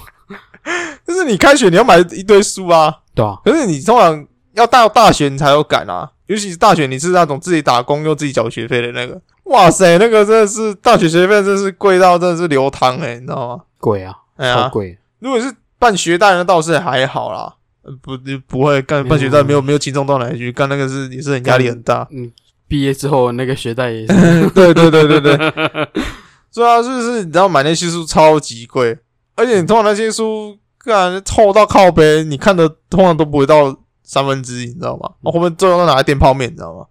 B: 就是你开学你要买一堆书啊，
C: 对啊，
B: 可是你通常要到大学你才有感啊，尤其是大学你是那种自己打工又自己缴学费的那个，哇塞，那个真的是大学学费真的是贵到真的是流汤诶、你知道吗？
C: 鬼啊，
B: 哎
C: 好
B: 呀，
C: 鬼，
B: 如果是办学贷那倒是还好啦，呃不不会干
C: 没有
B: 办学贷没有没有轻松到哪里去，干那个是也是很压力很大，
C: 嗯，毕业之后那个学贷也是，
B: 对对对对对， 对啊，就是你知道买那些书超级贵，而且你通常那些书干臭到靠背，你看的通常都不会到三分之一，你知道吗？我后面最后都拿来垫泡面，你知道吗？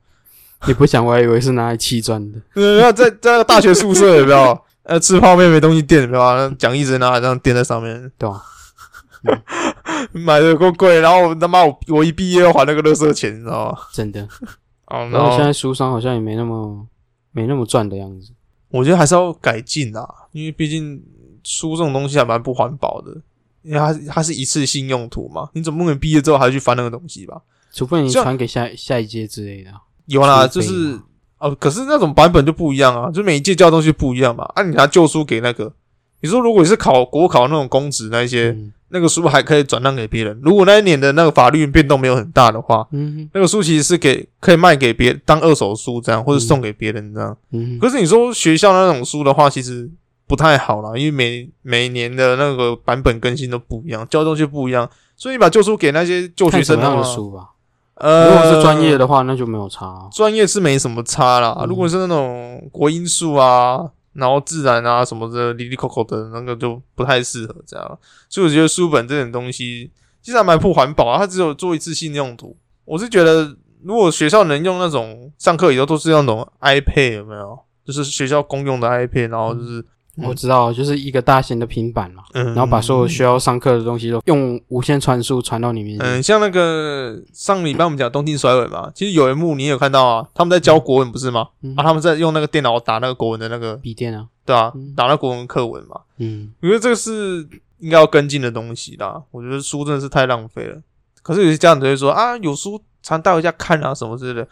C: 你不想我还以为是拿来砌砖的。
B: 对，然后在在那个大学宿舍有没有？ 呃，吃泡面没东西垫，有没有啊？那讲义直拿来这样垫在上面，
C: 对啊
B: 买的够贵，然后他妈我我一毕业要还那个垃圾钱，你知道吗？
C: 真的。
B: 哦，
C: 然后现在书商好像也没那么没那么赚的样子。
B: 我觉得还是要改进啦，因为毕竟书这种东西还蛮不环保的，因为它它是一次性用途嘛，你总不可能毕业之后还去翻那个东西吧？
C: 除非你
B: 这样
C: 传给下下一届之类的啊，
B: 有啦，
C: 除
B: 就
C: 非嘛
B: 是哦，可是那种版本就不一样啊，就每一届教的东西不一样嘛。啊，你拿旧书给那个，你说如果你是考国考那种公职那一些，
C: 嗯
B: 那个书还可以转让给别人，如果那一年的那个法律变动没有很大的话，
C: 嗯
B: 那个书其实是给可以卖给别当二手书这样，或者
C: 嗯
B: 送给别人这样。
C: 嗯，
B: 可是你说学校那种书的话，其实不太好啦，因为每每年的那个版本更新都不一样，教的东西不一样，所以你把旧书给那些旧学
C: 看什
B: 生
C: 么样的
B: 话，
C: 书吧。
B: 呃，
C: 如果是专业，的话，那就没有差啊。
B: 专业是没什么差啦。
C: 嗯
B: 如果是那种国英数啊，然后自然啊什么的，里里口口的那个就不太适合这样。所以我觉得书本这种东西其实还蛮不环保啊，它只有做一次性用途。我是觉得，如果学校能用那种上课以后都是那种 iPad 有没有？就是学校公用的 iPad，然后就是嗯
C: 我知道，就是一个大型的平板嘛，
B: 嗯，
C: 然后把所有需要上课的东西都用无线传输传到里面去。
B: 嗯，像那个上礼拜我们讲东京甩尾嘛，其实有一幕你也有看到啊，他们在教国文不是吗？
C: 嗯
B: 啊，他们在用那个电脑打那个国文的那个，
C: 笔电啊，
B: 对啊
C: 嗯，
B: 打那国文课文嘛。
C: 嗯，
B: 我觉得这个是应该要跟进的东西啦。我觉得书真的是太浪费了。可是有些家长就会说啊，有书常带回家看啊什么之类的。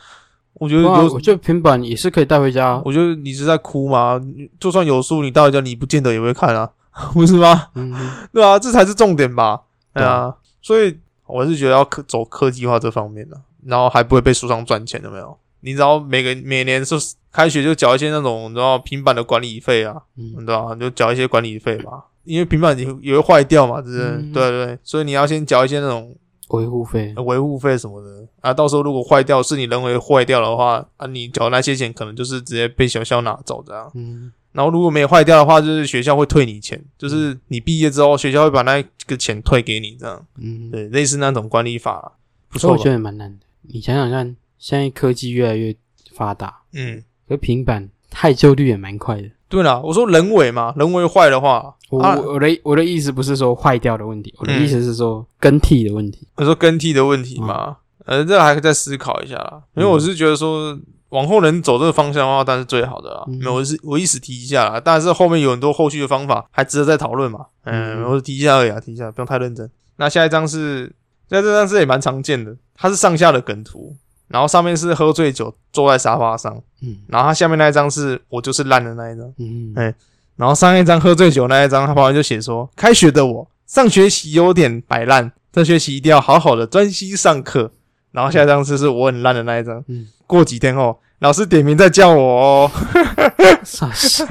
B: 我觉得
C: 对啊
B: 有
C: 我，觉得平板也是可以带回家啊。
B: 我觉得你是在哭吗？就算有书，你带回家你不见得也会看啊， 不是吗？
C: 嗯哼，
B: 对啊，这才是重点吧？对
C: 对
B: 啊，所以我是觉得要科走科技化这方面的、啊然后还不会被书商赚钱，有没有？你只要每个每年是开学就缴一些那种，你知道平板的管理费啊，
C: 嗯
B: 你知道吧？你就缴一些管理费嘛，因为平板也也会坏掉嘛，是不是？
C: 嗯
B: 对对对，所以你要先缴一些那种
C: 维护费
B: 呃维护费什么的啊，到时候如果坏掉是你人为坏掉的话啊，你缴那些钱可能就是直接被学校拿走这样。
C: 嗯，
B: 然后如果没有坏掉的话，就是学校会退你钱，就是你毕业之后，学校会把那个钱退给你，这样
C: 嗯，
B: 对，类似那种管理法啦，不
C: 所以
B: 错
C: 我
B: 吧？
C: 觉得也蛮难的。你想想看，现在科技越来越发达，
B: 嗯，
C: 可平板害羞率也蛮快的。
B: 对啦，我说人为嘛，人为坏的话，
C: 我、
B: 啊，
C: 我的我的意思不是说坏掉的问题，我的
B: 嗯
C: 意思是说更替的问题。
B: 我说更替的问题嘛，
C: 嗯
B: 呃，这个还可以再思考一下啦，因为我是觉得说。往后能走这个方向的话，当然是最好的啦。
C: 嗯
B: 没有，我是我一时提一下啦，但是后面有很多后续的方法，还值得再讨论嘛。嗯，
C: 嗯
B: 我是提一下而已啊，提一下，不用太认真。那下一张是，那这张是也蛮常见的，它是上下的梗图，然后上面是喝醉酒坐在沙发上，
C: 嗯
B: 然后它下面那一张是我就是烂的那一张，
C: 嗯
B: 哎然后上一张喝醉酒那一张，它旁边就写说，开学的我上学期有点摆烂，这学期一定要好好的专心上课。然后下一张是是我很烂的那一张，
C: 嗯，
B: 过几天后老师点名再叫我哦，
C: 傻笑，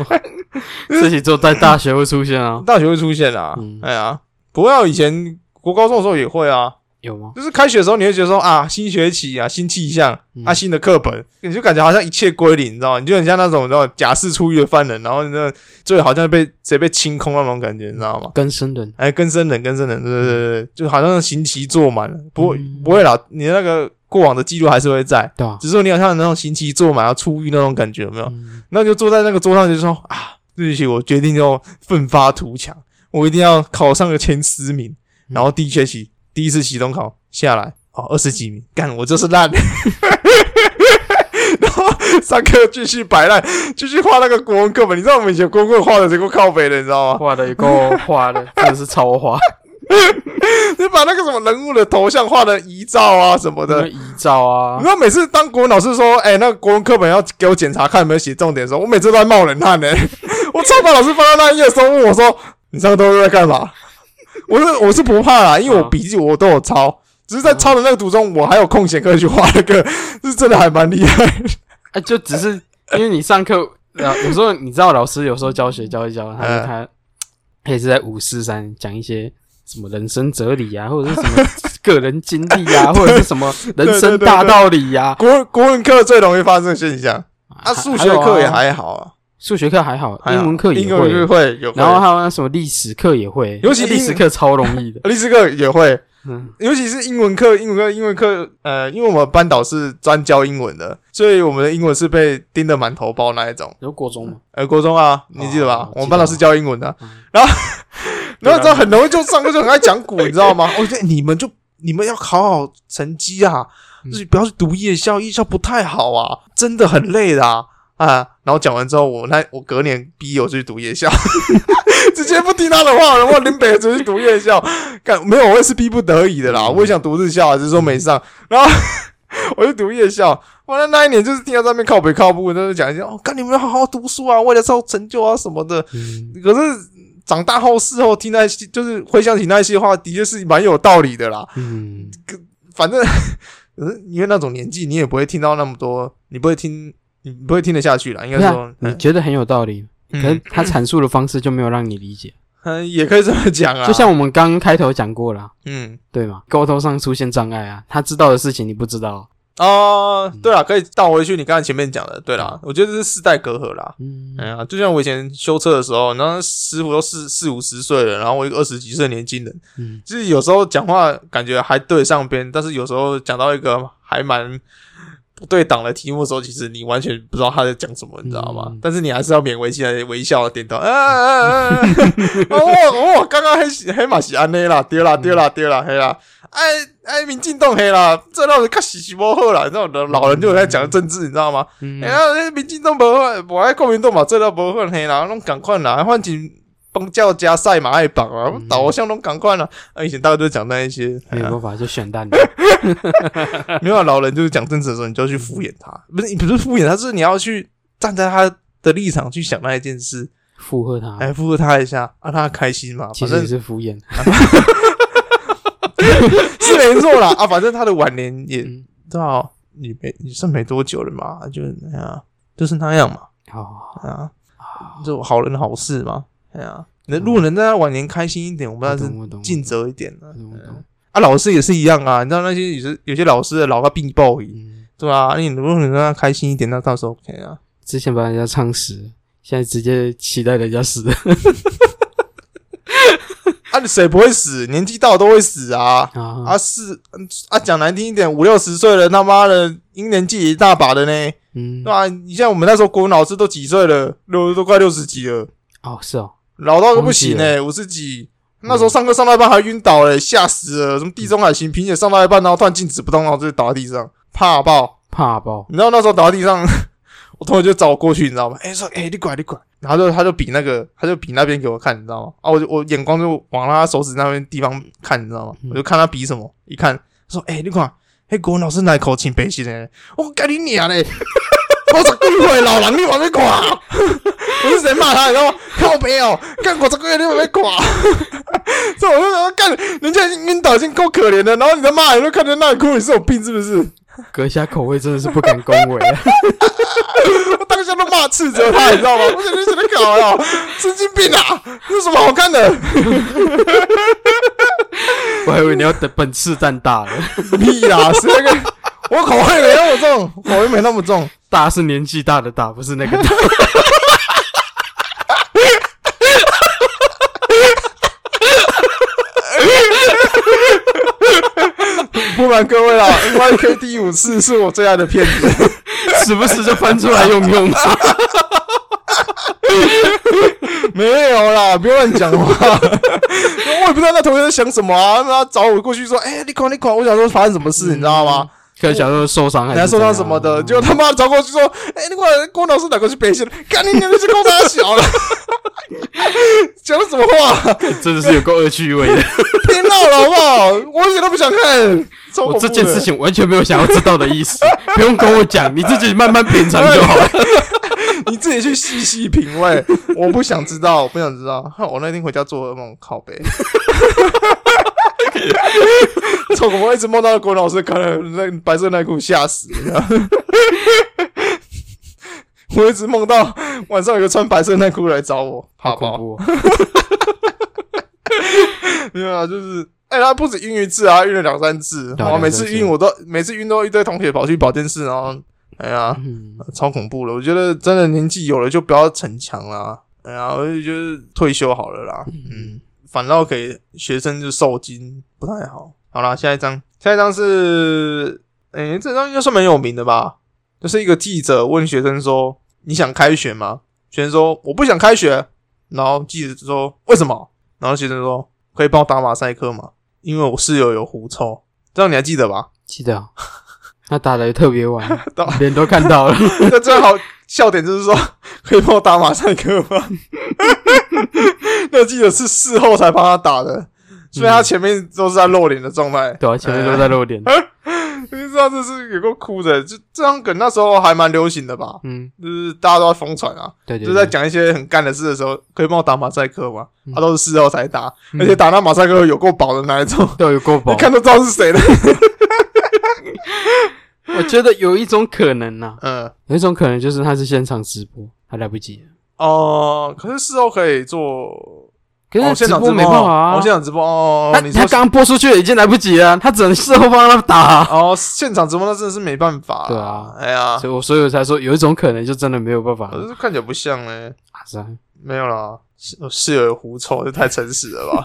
C: 这些只有在大学会出现啊？
B: 大学会出现啦、
C: 嗯
B: 哎呀，不过以前国高中的时候也会啊，
C: 有吗？
B: 就是开学的时候，你会觉得说啊，新学期啊，新气象
C: 嗯
B: 啊，新的课本，你就感觉好像一切归零，你知道吗？你就很像那种你知道吗假释出狱的犯人，然后那最后好像被谁被清空那种感觉，你知道吗？
C: 更生人，
B: 哎，更生人，更生人，对对对对，就好像刑期坐满了，不会、
C: 嗯
B: 不会啦，你的那个过往的记录还是会在，
C: 对吧、啊
B: 只是说你好像那种刑期坐满要出狱那种感觉，有没有？
C: 嗯
B: 那就坐在那个桌上就说啊，对不起，我决定要奋发图强，我一定要考上个前十名。
C: 嗯
B: 然后第一学期第一次期中考下来，哦，二十几名，干我就是烂。 然后上课继续摆烂，继续画那个国文课本。你知道我们以前国文课本画的这个靠北的，你知道吗？
C: 画的也够画 的，真的是超画，
B: 你把那个什么人物的头像画的遗照啊什么的
C: 那，遗照啊
B: 你知，道每次当国文老师说，哎、那个国文课本要给我检查看有没有写重点的时候，我每次都在冒冷汗呢、 我操，把老师翻到那一页的时候，问我说：“你上课都在干嘛？” 我是我是不怕啦，因为
C: 啊
B: 我笔记我都有抄，只是在抄的那个途中，我还有空闲可以去画那个， 是真的还蛮厉害。
C: 啊，就只是因为你上课，啊，有时候你知道老师有时候教学教一教，他
B: 嗯
C: 他他也是在五四三讲一些什么人生哲理啊，或者是什么个人经 历啊，或者是什么人生大道理呀、
B: 国国文课最容易发生的现象，啊，数学课也
C: 还有
B: 还
C: 啊
B: 好啊，
C: 数学课还好，
B: 还好
C: 英文课也
B: 英文
C: 会，
B: 会有，
C: 然后还有那什么历史课也会，
B: 尤其。
C: 历史课超容易的
B: 历史课也会，
C: 嗯，
B: 尤其是英文课，英文课，英文课，呃，因为我们班导是专教英文的，所以我们的英文是被盯得满头包那一种。
C: 有国中吗？
B: 呃，国中啊，你记得吧？
C: 哦
B: 我们班
C: 记得
B: 导
C: 啊
B: 是教英文的，
C: 嗯
B: 然后， 然后
C: 对啊
B: 你知道很容易就上课就很爱讲古，你知道 吗？我觉得你们就你们要考好成绩啊，
C: 嗯
B: 就是不要去读夜校，夜校不太好啊，真的很累的啊。啊然后讲完之后，我那我隔年毕业我就去读夜 校，直接不听他的话了，我林北就去读夜校，干没有，我也是逼不得已的
C: 嗯
B: 啦，我也想读日校啊，只是说没上，然后 我就读夜校，完了那一年就是听到在那边靠北靠步，在那边讲一些哦，干你们要好好读书啊，为了超成就啊什么的。
C: 嗯，
B: 可是长大后事后听那些，就是回想起那些话，的确是蛮有道理的啦。
C: 嗯，
B: 反正 可是因为那种年纪，你也不会听到那么多，你不会听，你不会听得下去啦。应该
C: 对啊
B: 说，
C: 你觉得很有道理，可是
B: 嗯
C: 他阐述的方式就没有让你理解。
B: 嗯，也可以这么讲啊。
C: 就像我们刚刚开头讲过了，
B: 嗯
C: 对吗？沟通上出现障碍啊，他知道的事情你不知道。
B: 哦，对啦，可以倒回去你刚才前面讲的。对啦，我觉得这是世代隔阂啦。
C: 嗯，
B: 哎呀，就像我以前修车的时候，然后师傅都四四五十岁了，然后我一个二十几岁的年轻人，
C: 嗯
B: 就是有时候讲话感觉还对得上边，但是有时候讲到一个还蛮不对档的题目的时候，其实你完全不知道他在讲什么，你知道吗？
C: 嗯
B: 但是你还是要勉为其难地微笑地点头，啊啊啊！ 啊哦哦，刚刚黑黑马是安内啦，丢啦丢啦丢啦，黑啦。哎哎，民进党黑啦，这让人看洗洗不后啦。你知道老人就有在讲政治，你知道吗？
C: 嗯
B: 哎、呀，那民进党无法，无爱国民党嘛，做到无份嘿啦，拢共款啦，反正帮教加赛嘛爱绑啊
C: 嗯，
B: 导向拢共款啦。啊，以前大家都讲那一些，哎
C: 没有
B: 呀
C: 办法，就选蛋的。
B: 哎没有啊老人就是讲政治的时候，你就要去敷衍他，不是你不是敷衍他，就是你要去站在他的立场去想那一件事，
C: 附和他，
B: 来附和他一下，啊让他开心嘛，
C: 啊其
B: 哎反
C: 实
B: 正
C: 也是敷衍。
B: 是没错啦啊， 反正他的晚年也
C: 嗯
B: 到也没也剩没多久了嘛，就那样，就是那样嘛。
C: 好，
B: 啊，就好人好事嘛。哎呀、那如果能在他晚年开心一点，我们
C: 我
B: 当然
C: 懂
B: 是
C: 我懂，嗯
B: 尽责一点了
C: 我。懂，我懂。
B: 啊，老师也是一样啊，你知道那些有些有些老师的老到病暴矣，
C: 嗯，
B: 对吧、啊？你如果能让他开心一点，那到时候 OK 啊。
C: 之前把人家唱死，现在直接期待人家死。
B: 啊，你谁不会死？年纪到都会死啊。
C: 啊，
B: 啊是啊，讲难听一点，五六十岁了，他妈的，英年纪也一大把的呢，
C: 嗯
B: 对，吧、你像我们那时候国文老师都几岁了，六都快六十几了，
C: 哦，是哦，
B: 老到都不行哎、五十几。那时候上课上到一半还晕倒嘞、欸吓死了！什么地中海型贫血上到一半，然后突然静止不动，然后就倒在地上，怕爆！
C: 怕爆，
B: 你知道那时候倒在地上， 我同学就找我过去，你知道吗？哎、说哎、你过来你过来，然后就他就比那个他就比那边给我看，你知道吗？啊，我就我眼光就往他手指那边地方看，你知道吗？
C: 嗯
B: 我就看他比什么，一看说哎、你看，嘿国文老师哪口琴北西嘞？我干你娘嘞！ 我十几岁老人，你往这看啊， 我是谁骂他，你知道吗？靠北哦，干我十个月你往这 看啊，这我就想干，人家已经晕倒已经够可怜的，然后你在骂人，就看着那里哭，你是有病是不是？
C: 阁下口味真的是不敢恭维。啊
B: 我当下都骂斥责他，你知道吗？我想你怎么搞呀？神经病啊！这有什么好看的？
C: 我还以为你要等本次蛋大了，
B: 屁啦，是那个我口味没那么重，口味没那么重。
C: 大是年纪大的大，不是那个 大。
B: 不瞒各位啦，YK 啊第五次是我最爱的片子。
C: 时不时就翻出来用 用。
B: 没有啦，不要乱讲话。我也不知道那同学在想什么啊，他找我过去说：“哎、你管你管！”我想说发生什么事，你知道吗？
C: 可能小时候受伤还
B: 人
C: 是
B: 家受伤什么
C: 嗯
B: 的，结果他妈找过去说：“哎、你管郭老师哪个去北线？干你娘的，去公差小了！” 讲什么话？
C: 嗯真的是有够恶趣 味的。
B: 别闹了好不好？我一点都不想看。超恐
C: 我
B: 怖
C: 这件
B: 的
C: 事，情完全没有想要知道的意思，不用跟我讲，你自己慢慢品尝就好 了。
B: 你自己去细细品味。 我不想知道，我不想知道。哼我那天回家做噩梦，靠背。 从我一直梦到国文老师看了那白色内裤，吓死 了。我一直梦到晚上有个穿白色内裤来找我，怕
C: 好
B: 不
C: 恐
B: 好？
C: 怖哦！
B: 没有啊，就是哎、他不止晕一次啊，他晕了两三次，
C: 对啊
B: 哇，每
C: 两三
B: 次
C: 次
B: 晕我都每次晕都一堆同学跑去保健室，然后哎呀，
C: 嗯，
B: 超恐怖了。我觉得真的年纪有了就不要逞强啦，哎呀，我就觉得退休好了啦。嗯，反倒给学生就受惊不太好。好啦，下一张，下一张是，哎、这张应该算蛮有名的吧？就是一个记者问学生说：“你想开学吗？”学生说：“我不想开学。”然后记者就说：“为什么？”然后学生说：“可以帮我打马赛克吗？因为我室友有狐臭。”这样你还记得吧？
C: 记得哦、他打的特别晚
B: 到，
C: 脸都看 到了。
B: 那最好笑点就是说， 可以帮我打马赛克吗？ 那记者是事后才帮他打的，所以他前面都是在露脸的状态。
C: 对啊，前面都在露脸。
B: 哎你知道这是有够哭的，就这张梗那时候还蛮流行的吧？
C: 嗯，
B: 就是大家都在疯传啊，
C: 对对
B: 就
C: 对，
B: 在讲一些很干的事的时候，可以帮我打马赛克吗？
C: 嗯
B: 他都是事后才打，
C: 嗯
B: 而且打那马赛克有够薄的那一种，
C: 都有过
B: 一
C: 饱。
B: 看都知道是谁的。
C: 我觉得有一种可能呐、
B: 嗯，
C: 有一种可能就是他是现场直播，他来不及了。
B: 哦，可是事后可以做，
C: 可
B: 哦
C: 是
B: 现场
C: 播没办法啊
B: 哦，现场直播哦，
C: 他
B: 你说
C: 他刚播出去已经来不及了，他只能事后帮他打 啊、
B: 哦，现场直播那真的是没办法啦。
C: 对啊
B: 哎呀，
C: 所以我所以我才说有一种可能就真的没有办法啊
B: 可是看起来不像嘞、
C: 打上。
B: 没有啦，哦室室友有狐臭，这太诚实了 吧？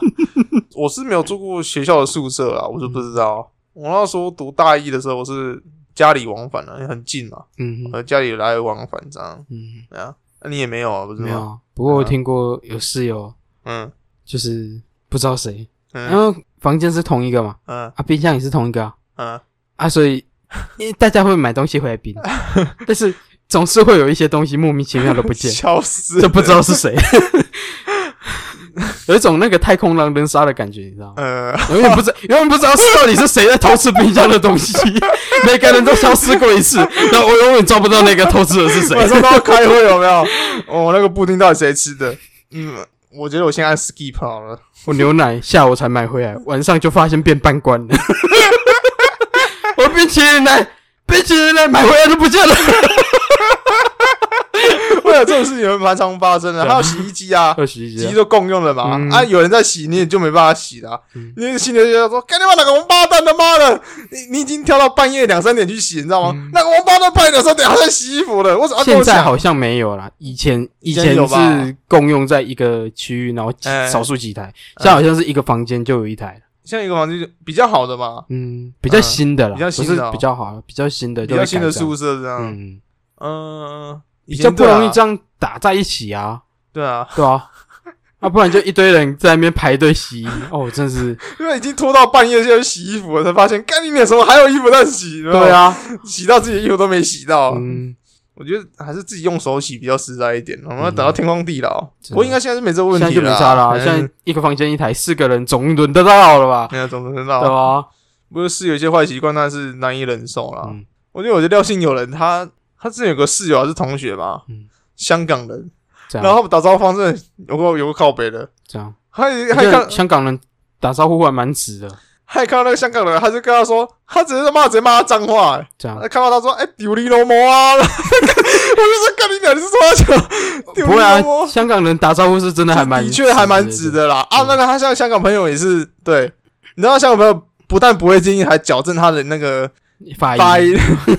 B: 我是没有住过学校的宿舍啊，我就不知道。我那时候读大一的时候，我是家里往返啊，因为很近嘛，
C: 嗯
B: 和家里来回往返这样。
C: 嗯，
B: 对啊，那、你也没有啊，不是
C: 没
B: 吗？
C: 有。不过我听过有室友
B: 嗯
C: 就是不知道谁，因
B: 嗯
C: 为房间是同一个嘛，
B: 嗯
C: 啊，冰箱也是同一个啊，
B: 嗯，
C: 啊所 以因为大家会买东西回来冰，但是总是会有一些东西莫名其妙的 不见，
B: 笑死
C: 这！不知道是谁， 有一种那个太空狼人杀的感觉，你知道吗？
B: 呃，
C: 永远不知永远不知道 是到底是谁在偷吃冰箱的东西， 每个人都消失过一次，然后我永远抓不到那个偷吃的 是谁。
B: 晚上都要开会有没有？哦，那个布丁到底谁吃的？嗯，我觉得我先按 skip 好了。
C: 我牛奶下午才买回来，晚上就发现变半罐 了。我冰淇淋奶，冰淇淋奶买回来都不见了。
B: 会有这种事情会蛮常发生的，还有洗衣机 啊，
C: 二十一
B: 洗衣都共用的嘛，
C: 嗯
B: 啊，有人在洗，你也就没办法洗啦、
C: 嗯
B: 你的心里就想说，干你妈哪个王八蛋他妈的，你你已经跳到半夜两三点去洗，你知道吗？
C: 嗯
B: 那个王八蛋半夜两三点还在洗衣服的，我怎啊么跟
C: 现
B: 我
C: 在
B: 讲？
C: 好像没有啦，以前
B: 以
C: 以
B: 前
C: 前
B: 有吧
C: 是共用在一个区域，然后几
B: 哎
C: 少数几台，现在好像是一个房间就有一台了。
B: 现在一个房间就比较好的嘛，
C: 嗯，比较新的啦，
B: 比较
C: 不
B: 新的
C: 是
B: 哦
C: 比较好，比较新的，
B: 比较新的宿
C: 书，
B: 舍这样，
C: 嗯，
B: 嗯，以
C: 比较
B: 前
C: 不
B: 对啊
C: 容易这样打在一起啊，
B: 对啊，
C: 对啊。啊，不然就一堆人在那边排队洗衣哦，真是
B: 因为已经拖到半夜就去洗衣服了，才发现干你脸什么还有衣服在洗，
C: 对
B: 啊，
C: 啊，
B: 洗到自己的衣服都没洗到，啊
C: 嗯，
B: 我觉得还是自己用手洗比较实在一点，我们要
C: 嗯
B: 等到天荒地老。
C: 真的
B: 不过应该现在是没这个问题
C: 现在就没
B: 了
C: 差啦，
B: 嗯
C: 现在一个房间一台，四个人总轮得到了吧？
B: 没有总知
C: 对啊
B: 道。
C: 吧？
B: 不过是有一些坏习惯，那是难以忍受啦。
C: 嗯
B: 我觉得我的廖姓友人，他他之前有个室友还是同学嘛，
C: 嗯啊
B: 香港人，
C: 这
B: 然后
C: 样
B: 他们打招呼方式有个有个靠北的，
C: 这样，
B: 还
C: 我
B: 还
C: 觉得
B: 看
C: 香港人打招呼还蛮直的，
B: 还看到那个香港人，他就跟他说，他只是骂直接骂他脏话、欸
C: 这样
B: 他看到他说，哎、丢你老母啊！我 就说，干你娘，你是说 他丢
C: 不
B: 你
C: 会
B: 老母
C: 啊，？香港人打招呼是真的还蛮
B: 的确还蛮直的啦。啊，
C: 嗯
B: 那个他像香港朋友也是对，你知道香港朋友不但不会介意，还矫正他的那个
C: 的发音，
B: 发音，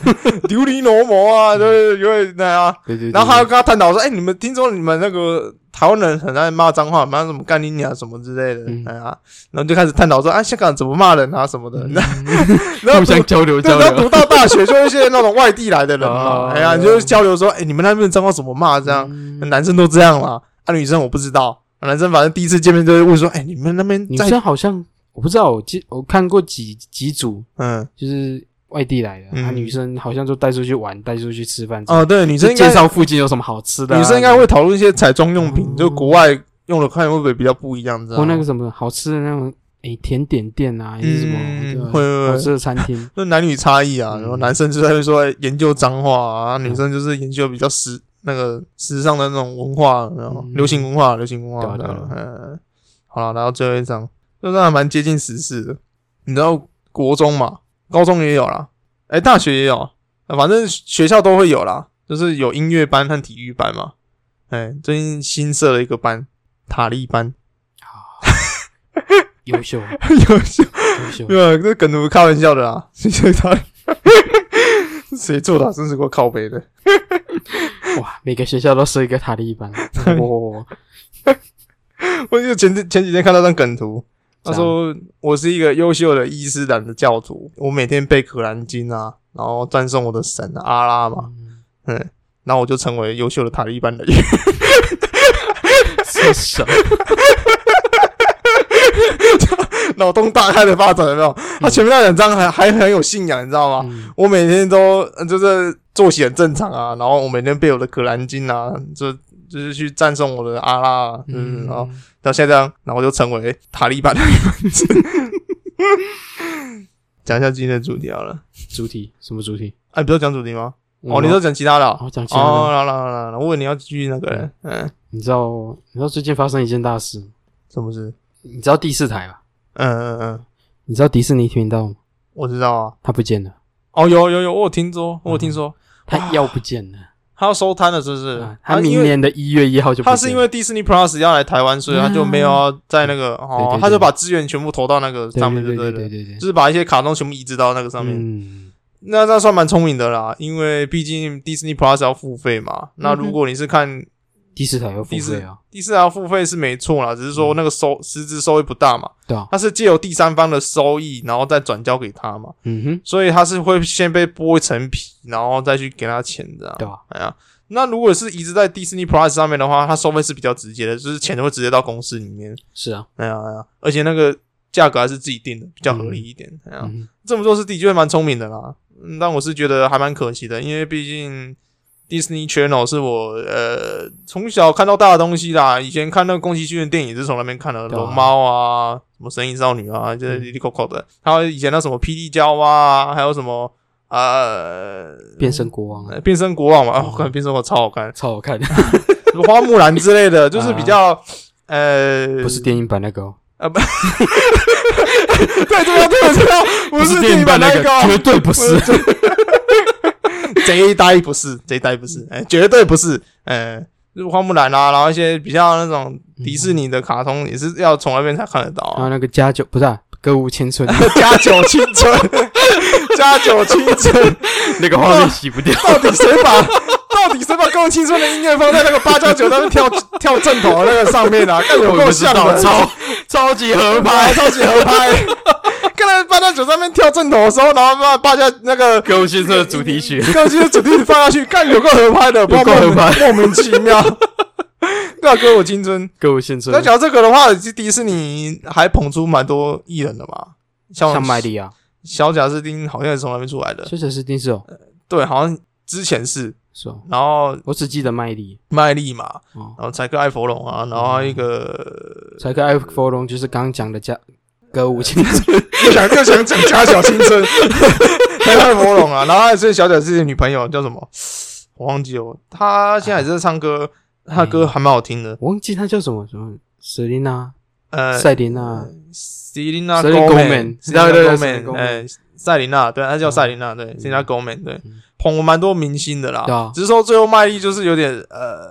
B: 琉璃挪魔啊，就是因为那样啊。
C: 嗯对对，对
B: 然后他又跟他探讨说：“哎，你们听说你们那个台湾人很爱骂脏话，骂什么干你娘什么之类的
C: 嗯，
B: 哎呀，然后就开始探讨说：啊，香港怎么骂人啊什么的。
C: 嗯
B: 然后
C: 互相
B: 读
C: 交 流
B: 对，
C: 交
B: 然后
C: 流，
B: 读到大学，就一些那种外地来的人嘛
C: 哦，
B: 哎呀，你就交流说：哎，你们那边脏话怎么骂？这样，
C: 嗯
B: 男生都这样啦，啊，女生我不知道，啊男生反正第一次见面就会问说，哎、你们那边
C: 女
B: 在
C: 生好像我不知道，我记我看过几几组
B: 嗯
C: 就是外地来的，啊，
B: 嗯
C: 女生好像就带出去玩，带出去吃饭，
B: 哦，对，女
C: 女
B: 生应
C: 介
B: 该
C: 绍附近有什么好吃的啊，
B: 女生应该会讨论一些彩妆用品，
C: 嗯
B: 就国外用的看会不会比较不一样，知道
C: 或
B: 吗？
C: 那个什么好吃的那种，诶、甜点店啊，还是什么，对
B: 嗯，
C: 吧
B: 会会
C: 好
B: 会，，
C: 吃的餐厅
B: 就男女差异啊，
C: 嗯
B: 然后男生就在那边说哎研究脏话啊，女生就是研究比较时那个时尚的那种文化，然后
C: 嗯
B: 流行文化，流行文化，
C: 对啊对啊
B: 嗯，好了，然后最后一张，这张还蛮接近时事的，你知道国中嘛，高中也有啦，哎、大学也有，啊反正学校都会有啦，就是有音乐班和体育班嘛，
C: 嗯
B: 哎、最近新设了一个班，塔利班，
C: 优秀，
B: 有笑
C: 优秀
B: 没，有，这啊梗图开玩笑的啊， 谁谁他谁做的啊、真是够靠背的。
C: 哇！每个学校都设一个塔利班，啊哇！
B: 我就前前几天看到张梗图，他
C: 这样
B: 说我是一个优秀的伊斯兰的教徒，我每天背可兰经啊，然后赞颂我的神啊阿拉嘛，嗯，然后我就成为优秀的塔利班人。
C: 是什么？
B: 脑洞大开的发展，有没有？他前面那两张还还很有信仰，你知道吗？
C: 嗯
B: 我每天都呃就是作息很正常啊，然后我每天背我的可兰经啊，就就是去赞颂我的阿拉、啊，嗯，然后到下一张，然后就成为塔利班的一份子。 讲一下今天的主题好了，
C: 主题什么主题？
B: 哎，不要讲主题吗？哦，
C: 我
B: 你都讲其他的哦。
C: 我讲其他的
B: 哦，啦啦啦啦，我以为你要继续那个人，嗯，
C: 你知道你知道最近发生一件大事吗，
B: 是不是？
C: 你知道第四台吧？
B: 嗯嗯嗯，
C: 你知道迪士尼频道吗？
B: 我知道啊。嗯
C: 它不见了，
B: 哦，有有有，我有听说，我有听说，
C: 它要不见了。
B: 他要收摊了，是不是
C: 啊？
B: 他
C: 它
B: 因
C: 明
B: 为
C: 年的一月一号就不见
B: 他
C: 了
B: 是因为 Disney Plus 要来台湾，所以他就没有要在那个
C: 对对
B: 哦
C: 对，
B: 他就把资源全部投到那个
C: 对
B: 上面，
C: 对
B: 对
C: 对
B: 了
C: 对，对对
B: 就是把一些卡通全部移植到那个上面。
C: 嗯，
B: 那那算蛮聪明的啦，因为毕竟 Disney Plus 要付费嘛。那如果你是看
C: 第四台要付
B: 第四
C: 费啊，
B: 第四要付费是没错啦，只是说那个收实质收益不大嘛，
C: 对啊，
B: 它是借由第三方的收益，然后再转交给他嘛，
C: 嗯哼，
B: 所以他是会先被剥一层皮，然后再去给他钱的啊。
C: 对啊，
B: 哎呀，那如果是移植在 Disney Plus 上面的话，它收费是比较直接的，就是钱会直接到公司里面。
C: 是啊，
B: 哎呀哎呀，而且那个价格还是自己定的，比较合理一点。哎呀，
C: 嗯
B: 这么做是的确蛮聪明的啦。嗯，但我是觉得还蛮可惜的，因为毕竟 Disney Channel 是我呃从小看到大的东西啦。以前看那个宫崎骏的电影是从那边看的，
C: 对啊
B: 龙猫啊，什么神隐少女啊，这
C: 嗯
B: 里里扣扣的。还有以前那什么霹雳娇娃啊，还有什么呃
C: 哼，变身国王啊
B: 呃变身国王嘛，啊，
C: 嗯
B: 我看变身国王超好看，
C: 超好看，
B: 什么花木兰之类的，就是比 较。呃，
C: 不是电影版那个哦，
B: 对对对对对，不是
C: 电
B: 电影版那
C: 那
B: 个，啊
C: 绝对不是。
B: 贼呆不是，贼呆不是，哎、绝对不是，哎、就是花木兰啊，然后一些比较那种迪士尼的卡通也是要从那边才看得到
C: 然后
B: 啊。
C: 那个加九不是啊，歌舞 青春
B: 加九青春，加九青春，
C: 那个画面洗不掉，
B: 到底谁把到底谁把更青春的音乐放在那个八加九那边跳跳正头的那个上面啊？看 有
C: 我
B: 够
C: 不知
B: 像
C: 道，
B: 的，
C: 超超级合
B: 拍
C: 拍，
B: 超级合拍。看到八加九上面跳正头的时候，然后把八加那个
C: 歌舞青春的主题 曲，
B: 歌曲主题曲放下去，看有够合拍的，不知道
C: 有够合
B: 莫名莫名其妙。对啊，歌我青春。
C: 歌舞青
B: 那
C: 春，
B: 讲到这个的话，其实迪士尼还捧出蛮多艺人的嘛，像
C: 像麦莉啊，
B: 小贾斯汀好像哦也是从呃那边出来的，
C: 确实是丁是哦，
B: 对，好像之前是，
C: 是哦，
B: 然后
C: 我只记得麦莉，
B: 麦莉嘛，
C: 哦，嗯
B: 然后柴克艾佛隆啊，然后一个
C: 才跟艾弗隆就是刚刚讲的加歌舞青春，
B: 又想又想讲加小青 春，柴克艾佛隆啊，然后还有最小贾斯汀的女朋友叫什么，我忘记了，她现在也是在唱歌，她
C: 嗯
B: 歌还蛮好听的，
C: 我忘记他叫什么什么。瑟琳娜、
B: 呃，
C: 赛琳娜，
B: Selena
C: Selena
B: Gomez，
C: Gomez，
B: Selena
C: 对对
B: Gomez，
C: Selena Gomez
B: 哎，赛琳娜，对，她叫赛琳娜，对，Selena Gomez，对
C: 嗯，
B: 捧了蛮多明星的
C: 对
B: 啦
C: 啊，
B: 只是说最后麦莉就是有点呃，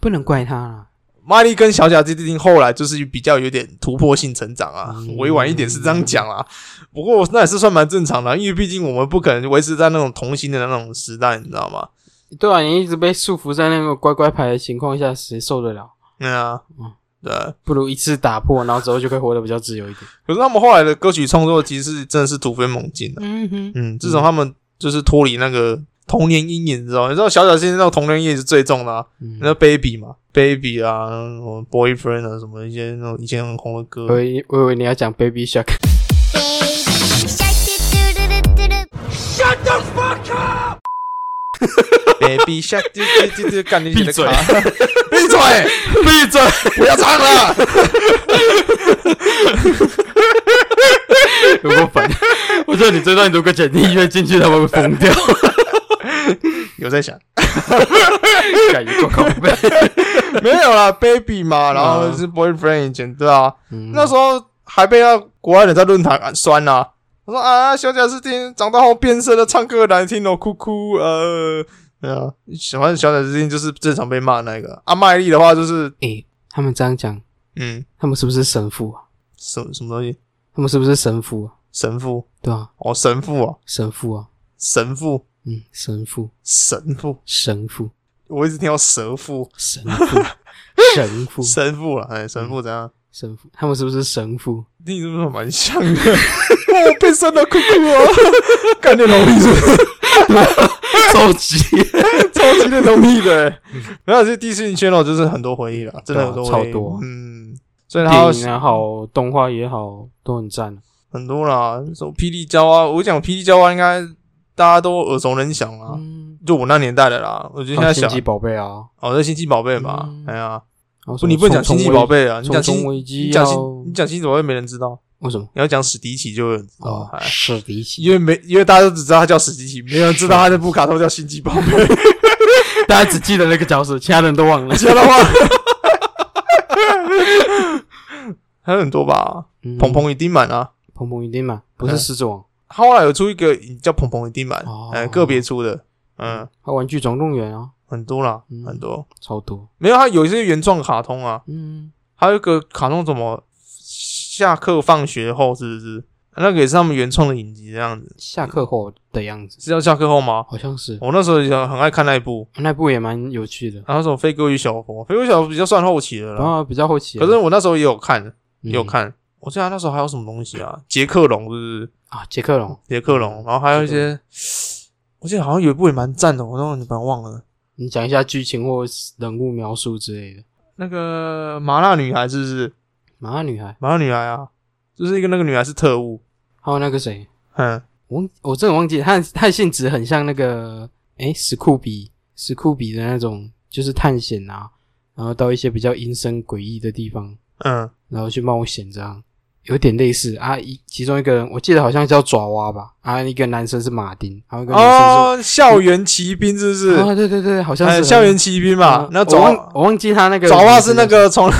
C: 不能怪他啦。
B: 麦莉跟小贾斯汀后来就是比较有点突破性成长啊，
C: 嗯
B: 委婉一点是这样讲啊，不过那也是算蛮正常的，因为毕竟我们不可能维持在那种童星的那种时代，你知道吗？
C: 对啊，你一直被束缚在那个乖乖牌的情况下，谁受得了？
B: 对啊
C: 嗯，
B: 对。
C: 不如一次打 破，然后之后就可以活得比较自由一点。
B: 可是他们后来的歌曲创作其实是真的是突飞猛进的。
C: 嗯哼，
B: 嗯，自从他们就是脱离那个童年阴影，你知道吗？你知道小小星星那种童年阴影是最重的、啊，那 Baby 嘛，Baby 啊，什么 Boyfriend 啊，什么一些那种以前很红的歌。
C: 我以我以为你要讲 Baby Shark，
B: Baby Shark，就就就就干你
C: 闭嘴
B: 卡 闭嘴，
C: 闭嘴！
B: 不要唱了。
C: 有够烦！ 我觉得你这段如果剪音乐进去，他们会疯 掉。
B: 有在想，
C: 感觉够靠背。
B: 没有啦，Baby 嘛，然后是 Boyfriend 以前对啊，那
C: 那
B: 时候还被那国外人在论坛酸呐、啊。我说啊，小贾斯汀长大后变色了，唱歌难听哦，哭哭呃，对啊，喜欢小贾斯汀就是最常被骂那个。啊，麦莉的话就是，
C: 诶，他们这样讲，
B: 嗯，
C: 他们是不是神父啊？
B: 什么什么东西？
C: 他们是不是神父、啊？
B: 神父
C: 对啊，
B: 哦，神父啊，
C: 神父啊，
B: 神父，
C: 嗯，神父，
B: 神父，
C: 神父，
B: 我一直听到蛇父，
C: 神 父，神父，
B: 神父了，哎，神父怎样？
C: 神父，他们是不是神父？
B: 你是不是蛮像的？ 哦，被删到酷酷啊！干练容易是不是
C: 收集，
B: 超级的容易 的、欸。然后这第四圈哦，就是很多回忆了，真的很多
C: 对啊
B: 回忆
C: 超多
B: 嗯，所以他
C: 电影啊也好，动画也好，都很赞。啊
B: 很多啦，什么霹雳娇啊，我讲霹雳娇啊，应该大家都耳熟能详啦。
C: 嗯，
B: 就我那年代的啦，我觉得现
C: 还有
B: 在
C: 星
B: 想
C: 际宝贝啊，
B: 哦，这星际宝贝嘛，
C: 嗯
B: 哎呀，
C: 还有什
B: 不，
C: 么
B: 你不能讲
C: 虫
B: 星
C: 虫
B: 际
C: 危
B: 宝贝啊，你讲
C: 虫
B: 星
C: 虫，危机
B: 你
C: 要
B: 讲星，你讲星际宝贝没人知道，
C: 为什么？
B: 你要讲史迪奇就有人知道
C: 哦，，
B: 哎
C: 史迪奇，
B: 因为没因为大家都只知道他叫史迪奇，没有人知道他这部卡通叫星际宝贝，
C: 大家只记得那个角 色，其他人都忘了。
B: 其他的话。还有很多吧，
C: 嗯
B: 鹏鹏与丁满啊，
C: 鹏鹏一定嘛，不是
B: 嗯
C: 狮子王，
B: 后来有出一个叫鹏鹏与丁满，
C: 哦
B: 哎，个别出的，嗯，
C: 还有玩具总动员啊，
B: 很多啦
C: 嗯，
B: 很多。
C: 超多。
B: 没有，它有一些原创卡通啊，
C: 嗯，
B: 还有一个卡通怎么下课放学后是不是？那个也是他们原创的影集这样子，
C: 下课后的样子，
B: 是叫下课后吗？
C: 好像是哦
B: 我那时候也很爱看那一部，
C: 那部也蛮有趣的，
B: 然后什么《飞哥与小佛》，《飞哥与小佛》比较算后期的
C: 然
B: 啦，
C: 后比较后期啊。
B: 可是我那时候也有看，也有
C: 嗯
B: 看。我记得那时候还有什么东西啊？杰克龙是不是？
C: 啊，杰克龙，
B: 杰克龙，然后还有一些，我记得好像有一部也蛮赞的，我都把它忘了。
C: 你讲一下剧情或人物描述之类的。
B: 那个麻辣女孩是不是？
C: 麻辣女孩，
B: 麻辣女孩啊，就是一个那个女孩是特务，
C: 还有那个谁，
B: 嗯，
C: 我忘我真的忘记他他的性质很像那个诶史酷比史酷比的那种，就是探险啊，然后到一些比较阴森诡异的地方，
B: 嗯，
C: 然后去冒险这样，有点类似啊。一其中一个人我记得好像叫爪哇吧，啊，一个男生是马丁，还有一个女生是。
B: 哦，校园骑兵是不是？
C: 啊，对对对，好像
B: 哎
C: 是
B: 校园骑兵嘛
C: 啊，
B: 那
C: 我
B: 爪
C: 忘我忘记他那个
B: 爪哇
C: 名字
B: 是那个从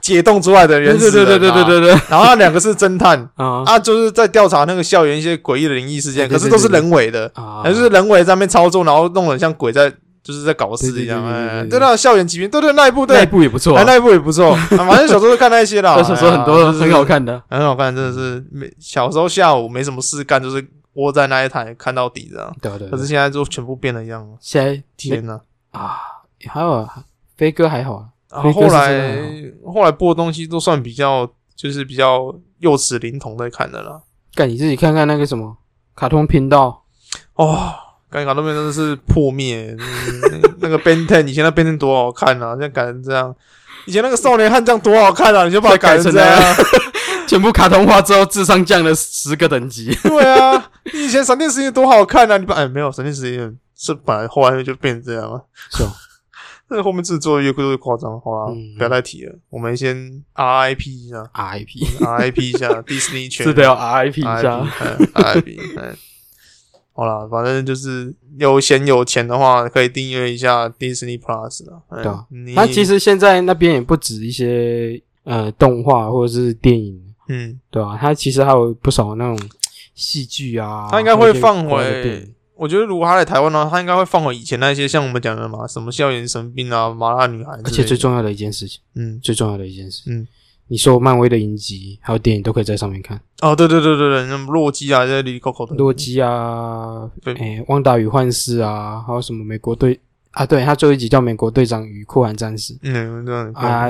B: 解冻出来的
C: 对
B: 原始
C: 对
B: 人
C: 对
B: 啊
C: 对对对对对
B: 然后那两个是侦探
C: 啊
B: 啊，就是在调查那个校园一些诡异的灵异事件，
C: 对对
B: 可是都是人为的，
C: 啊，
B: 还是人为在那边操作，然后弄得很像鬼在就是在搞事一样。
C: 对对对对对
B: 哎，
C: 对
B: 对那校园骑兵，对对那一部
C: 那一
B: 对，
C: 部也不错啊
B: 哎，那一部也不 错，啊反正小时候就看那一些啦，
C: 我小时候很多
B: 哎呀
C: 很好，看的，
B: 就是很好看，真的是没小时候下午没什么事干，就是窝在那一台看到底这样。
C: 对啊对。
B: 可是现在就全部变了一样了，
C: 现在
B: 天哪！
C: 啊，还有啊飞哥还好啊，
B: 然
C: 所
B: 后
C: 以
B: 后
C: 歌是真的
B: 来后来播的东西都算比较，就是比较幼齿灵童在看的啦。
C: 干你自己看看那个什么卡通频道，
B: 哦，感觉卡通片真的是破灭。那那个 Ben Ten 以前那 Ben Ten 多好看啊，现在改成这样。以前那个少年悍将多好看啊，你就把它改成这
C: 现在
B: 样。
C: 全部卡通化之后，智商降了十个等级。
B: 对啊，你以前闪电十一多好看啊，你把哎没有闪电十一是本来后来就变成这样了。
C: 是哦，
B: 那后面制作越做越夸张，好啦，
C: 嗯
B: 不要再提了。我们先 RIP 一下
C: RIP，
B: ，RIP 一 下 Disney 圈。
C: 是的要 RIP 一
B: RIP，
C: 下。
B: 嗯 RIP，嗯 好啦，反正就是有闲有钱的话，可以订阅一下 Disney Plus 啦。嗯
C: 对啊
B: 你
C: 那其实现在那边也不止一些呃动画或者是电影，
B: 嗯，
C: 对吧？它其实还有不少那种戏剧啊，
B: 它应该会放
C: 或者是国外的电
B: 回
C: 影。
B: 我觉得如果他来台湾呢，他应该会放回以前那些像我们讲的嘛，什么校园神兵啊、麻辣女孩之类的，
C: 而且最重要的一件事情，
B: 嗯，
C: 最重要的一件事，
B: 嗯，
C: 你说漫威的影集还有电影都可以在上面看。
B: 哦，对对对对对，那么洛基啊，这里 Coco 的
C: 洛，基啊，
B: 对
C: 诶，旺达与幻视啊，还有什么美国队啊？对，他最后一集叫《美国队长与酷寒战士》，
B: 嗯，这样
C: 啊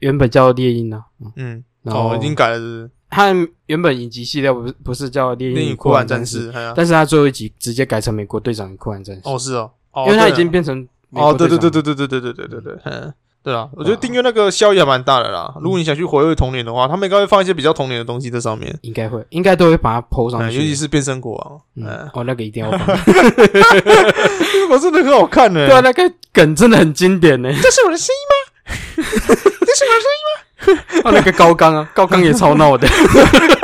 C: 原本叫《猎鹰》啊，嗯，
B: 嗯，
C: 然后
B: 哦，已经改了是不是，
C: 他原本影集系列不是不是叫《猎
B: 电
C: 鹰
B: 影《
C: 酷
B: 酷
C: 寒
B: 玩
C: 战
B: 战
C: 士》，
B: 士，哎呀，
C: 但是他最后一集直接改成《美国队长与酷寒战士》，
B: 哦是哦，哦
C: 因为他
B: 对
C: 已
B: 了
C: 经变成美
B: 哦，
C: 国
B: 对
C: 队
B: 对
C: 长
B: 对
C: 了
B: 对对对对对对对对，嗯，对啊，我觉
C: 对啊
B: 得订阅那个效益还蛮大的啦。如果你想去回味童年的
C: 嗯
B: 话，他们应该会放一些比较童年的东西在上面，
C: 应该会，应该都会把它抛上
B: 嗯，
C: 去，
B: 尤其是变身国王，
C: 嗯
B: 嗯，，
C: 哦，那个一定要 放，
B: 这个真的很好看呢。
C: 对啊，那个梗真的很经典呢，
B: 这是我的声音
C: 哦，那个高 刚啊，高刚也超闹的，
B: 吗？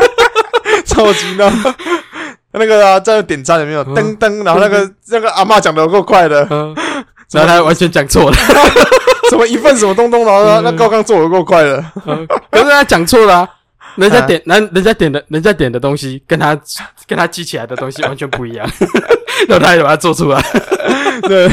B: 超级闹。 那个啊，在点赞有没有
C: 嗯
B: 噔噔？然后那个那个阿嬷讲的够快 的，
C: 嗯，然后他完全讲 错了。
B: 什么一份什么东东，然后那
C: 嗯
B: 那高刚做的够快的，
C: 呃可是他讲错了、啊，人家点，人、人家点的，人家点的东西跟他跟他记起来的东西完 全不一 样，然后他也把它做出来。
B: 对，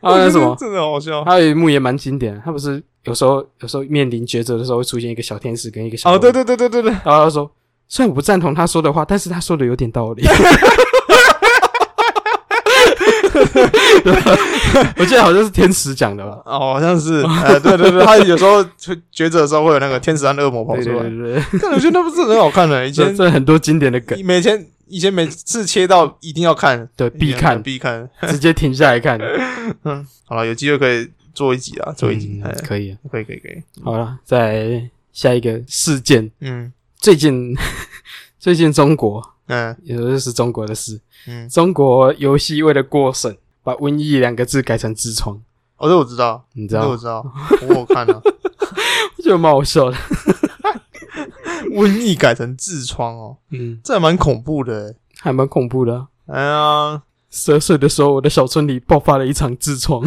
C: 啊还有什 么？
B: 真的好笑。
C: 还有一幕也蛮经典的，他不是有时候有时候面临抉择的时候，会出现一个小天使跟一个小
B: 哦，对
C: 对，
B: 对对对对对，
C: 然后他说，虽然我不赞同他说的话，但是他说的有点道 理。 我记得好像是天使讲的吧？
B: 哦，好像是，哎，对对对，他有时候抉择的时候会有那个天使和恶魔跑
C: 对
B: 出
C: 对
B: 来，
C: 对对，
B: 但我觉得那不是很好看的，以
C: 这
B: 前
C: 这很多经典的梗，
B: 以前以前每次切到一定要看，
C: 对，必看，
B: 必看。
C: 直接停下来看。
B: 好了，有机会可以做一集啊， 做一集，哎
C: 嗯，可以啊。
B: 可以可以可以，
C: 好了，再下一个事件，
B: 嗯
C: 最近 最近中国，
B: 嗯
C: 也就是中国的事，
B: 嗯，
C: 中国游戏为了过审，把“瘟疫”两个字改成“痔疮
B: 哦，这我知道”，，
C: 你知
B: 这
C: 道
B: 我
C: 吗？
B: 知道，我有看了， 啊
C: 就蛮好笑的。
B: 瘟疫改成痔疮哦，
C: 嗯，
B: 这还蛮恐怖的，
C: 还蛮恐怖的啊、
B: 哎呀，
C: 十二岁的时候，我的小村里爆发了一场痔疮，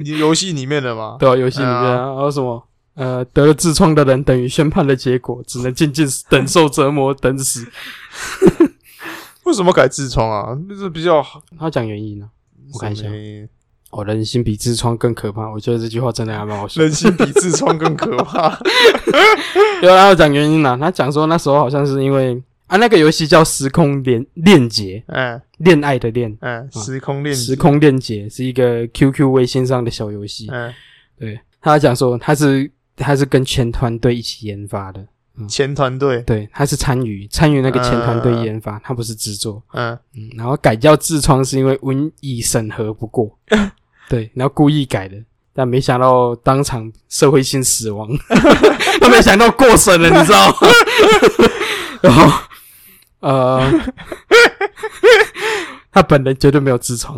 B: 你游戏里面的嘛，
C: 对啊，游戏里面
B: 哎
C: 啊，
B: 呀
C: 然后什么呃，得了痔疮的人等于宣判的结果，只能静静等受折磨等死。
B: 为什么改痔疮啊？就是比较好，
C: 他讲原因呢、啊我看一下
B: 什么
C: 哦，人心比痔疮更可怕，我觉得这句话真的还 蛮好笑的。
B: 人心比痔疮更可 怕。
C: 有啊，他有讲原因啦，他讲说那时候好像是因为啊，那个游戏叫《时空恋恋结》，
B: 嗯
C: 恋爱的恋，
B: 嗯，时空链，
C: 时，空恋结是一个 QQ 微信上的小游戏。
B: 嗯，
C: 对，他讲说他是他是跟前团队一起研发的，
B: 前团队，
C: 对，他是参与参与那个前团队
B: 嗯
C: 研发，他不是制作。
B: 嗯，
C: 嗯，然后改叫痔疮是因为瘟疫审核 不过，对，然后故意改的，但没想到当场社会性死 亡，他没想到过审了，你知道吗？然后，呃，他本人绝对没有痔疮，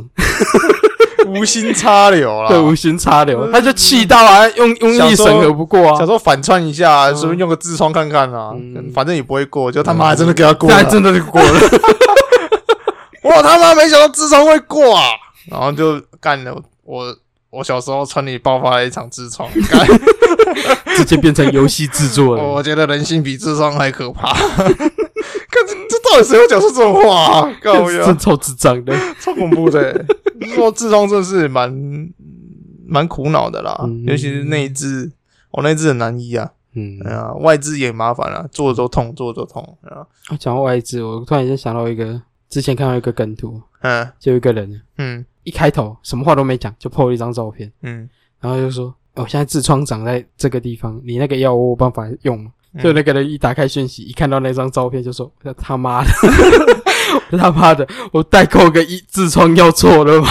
B: 无心插柳啦。
C: 对，无心插
B: 嗯
C: 柳，他就气到啊，用瘟疫审核不过
B: 想
C: 啊，
B: 说反串一下，
C: 嗯
B: 顺便用个痔疮看看啦
C: 嗯，
B: 反正也不会过，就他妈还真的给他过
C: 那还
B: 了。
C: 真的是过了，
B: 我他妈没想到痔疮会过啊！然后就干了我。我小时候村里爆发了一场痔 疮，干
C: 直接变成游戏制 作了。
B: 我觉得人性比痔疮还可怕。 看这这到底谁会讲出这种话啊？告 呀
C: 真，超智障 的，
B: 超恐怖的、欸。就是说痔疮真的是蛮蛮苦恼的啦，
C: 嗯
B: 尤其是内痔，我内痔很难医啊，
C: 嗯，
B: 哎呀、外痔也麻烦啊，坐着都痛，坐着都痛，啊，
C: 啊讲到外资，我突然间想到一个，之前看到一个梗图，
B: 嗯
C: 就有一个人
B: 嗯
C: 一开头什么话都没讲，就 po 了一张照片，
B: 嗯，
C: 然后就说：“哦，现在痔疮长在这个地方，你那个药我有办法用吗？”
B: 嗯
C: 就那个人一打开讯息，一看到那张照片，就说：“他妈的，他妈的，我代购个一痔疮药 错了吗？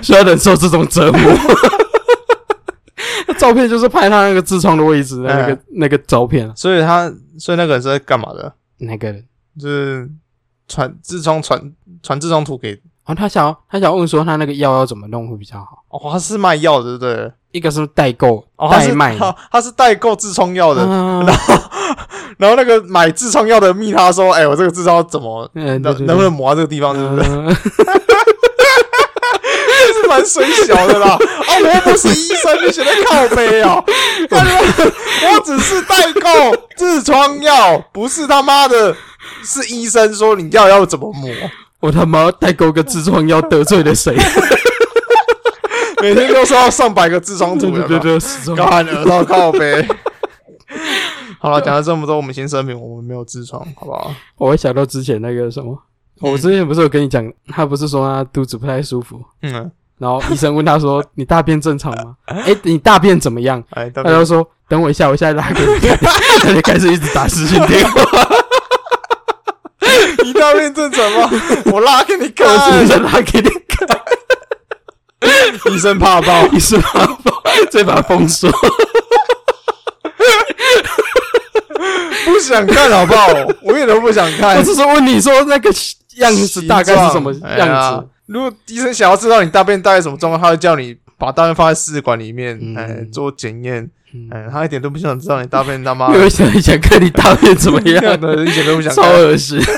C: 需要忍受这种折磨？”照片就是拍他那个痔疮的位置，
B: 嗯
C: 那个、那个照片啊，
B: 所以他所以那个人是在干嘛的？
C: 那个人。
B: 就是传痔疮传传痔疮图给，
C: 哦，他想要他想要问说他那个药要怎么弄会比较好？
B: 哦，他是卖药的，对不对？
C: 一个是代购、
B: 哦，他
C: 代
B: 是
C: 卖，
B: 他他是代购痔疮药的，
C: 啊
B: 然后那个买痔疮药的密他说，哎、我这个痔疮怎么
C: 嗯，对
B: 能
C: 对
B: 能不
C: 对
B: 能抹到这个地方，是不是？
C: 嗯
B: 是蛮水小的 啦。啊，我又不是医生，你写在靠背哦、干 我我只是代购痔疮药，不是他妈的，是医生说你药要怎么抹，
C: 我他妈代购个痔疮药得罪了谁？
B: 每天都收到上百个痔疮图
C: 对
B: 有
C: 对
B: 没
C: 对
B: 有？
C: 对，始终
B: 干耳到靠背。好了，讲了这么多，我们先声明，我们没有痔疮，好不好？
C: 我会想到之前那个什么，
B: 嗯
C: 我之前不是有跟你讲，他不是说他肚子不太舒服，
B: 嗯，
C: 然后医生问他说你大便正常吗？哎，你大便怎么样？
B: 哎，到
C: 他
B: 底
C: 就说等我一下，我现在拉给你看。他就开始一直打视讯电话，
B: 一大便正常 吗？啊我拉给你看，
C: 我是不是拉给你看？
B: 医生怕爆。
C: 你是把它封再把它封锁。
B: 不想看好不好？我一点都不想看。
C: 我只是问你说那个样子大概是什么
B: 形状哎
C: 样
B: 呀
C: 子？
B: 如果医生想要知道你大便大概什么状况，他会叫你把大便放在试管里面，
C: 嗯
B: 哎，做检验。
C: 嗯
B: 哎，他一点都不想知道你大便他妈
C: 因为想想看你大便怎么 样。
B: 的，一点都不想
C: 超
B: 看。
C: 恶心，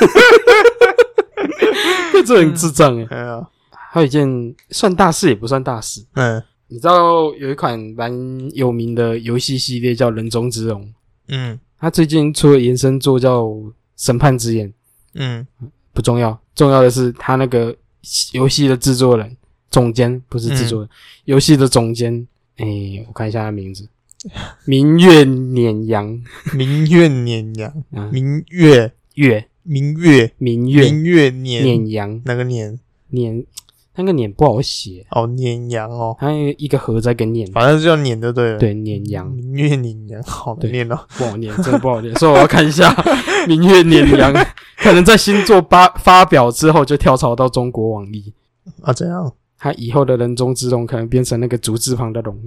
C: 这很智障哎。
B: 哎呀，
C: 还有一件算大事也不算大事，
B: 嗯
C: 你知道有一款蛮有名的游戏系列叫《人中之龙》，
B: 嗯
C: 它最近出了延伸作叫《审判之眼》，
B: 嗯
C: 不重要，重要的是它
B: 嗯
C: 那个游戏的制作人总监不是制作人，游戏的总监哎、我看一下他名字，明月碾阳
B: 明月碾阳，
C: 啊，
B: 明月，
C: 月
B: 明月，
C: 明月
B: 明月碾
C: 碾阳
B: 哪个碾？
C: 碾，那个碾不好写，
B: 哦，碾阳哦，
C: 它有一个合在跟碾，
B: 反正就叫碾就对了。，
C: 对，碾阳
B: 明月碾阳，好难
C: 对
B: 念哦。
C: 不好念，真的不好念，所以我要看 一下明月碾阳，可能在星座发发表之后就跳槽到中国网易。
B: 啊，怎样？
C: 他以后的人中之龙可能变成那个竹字旁的龙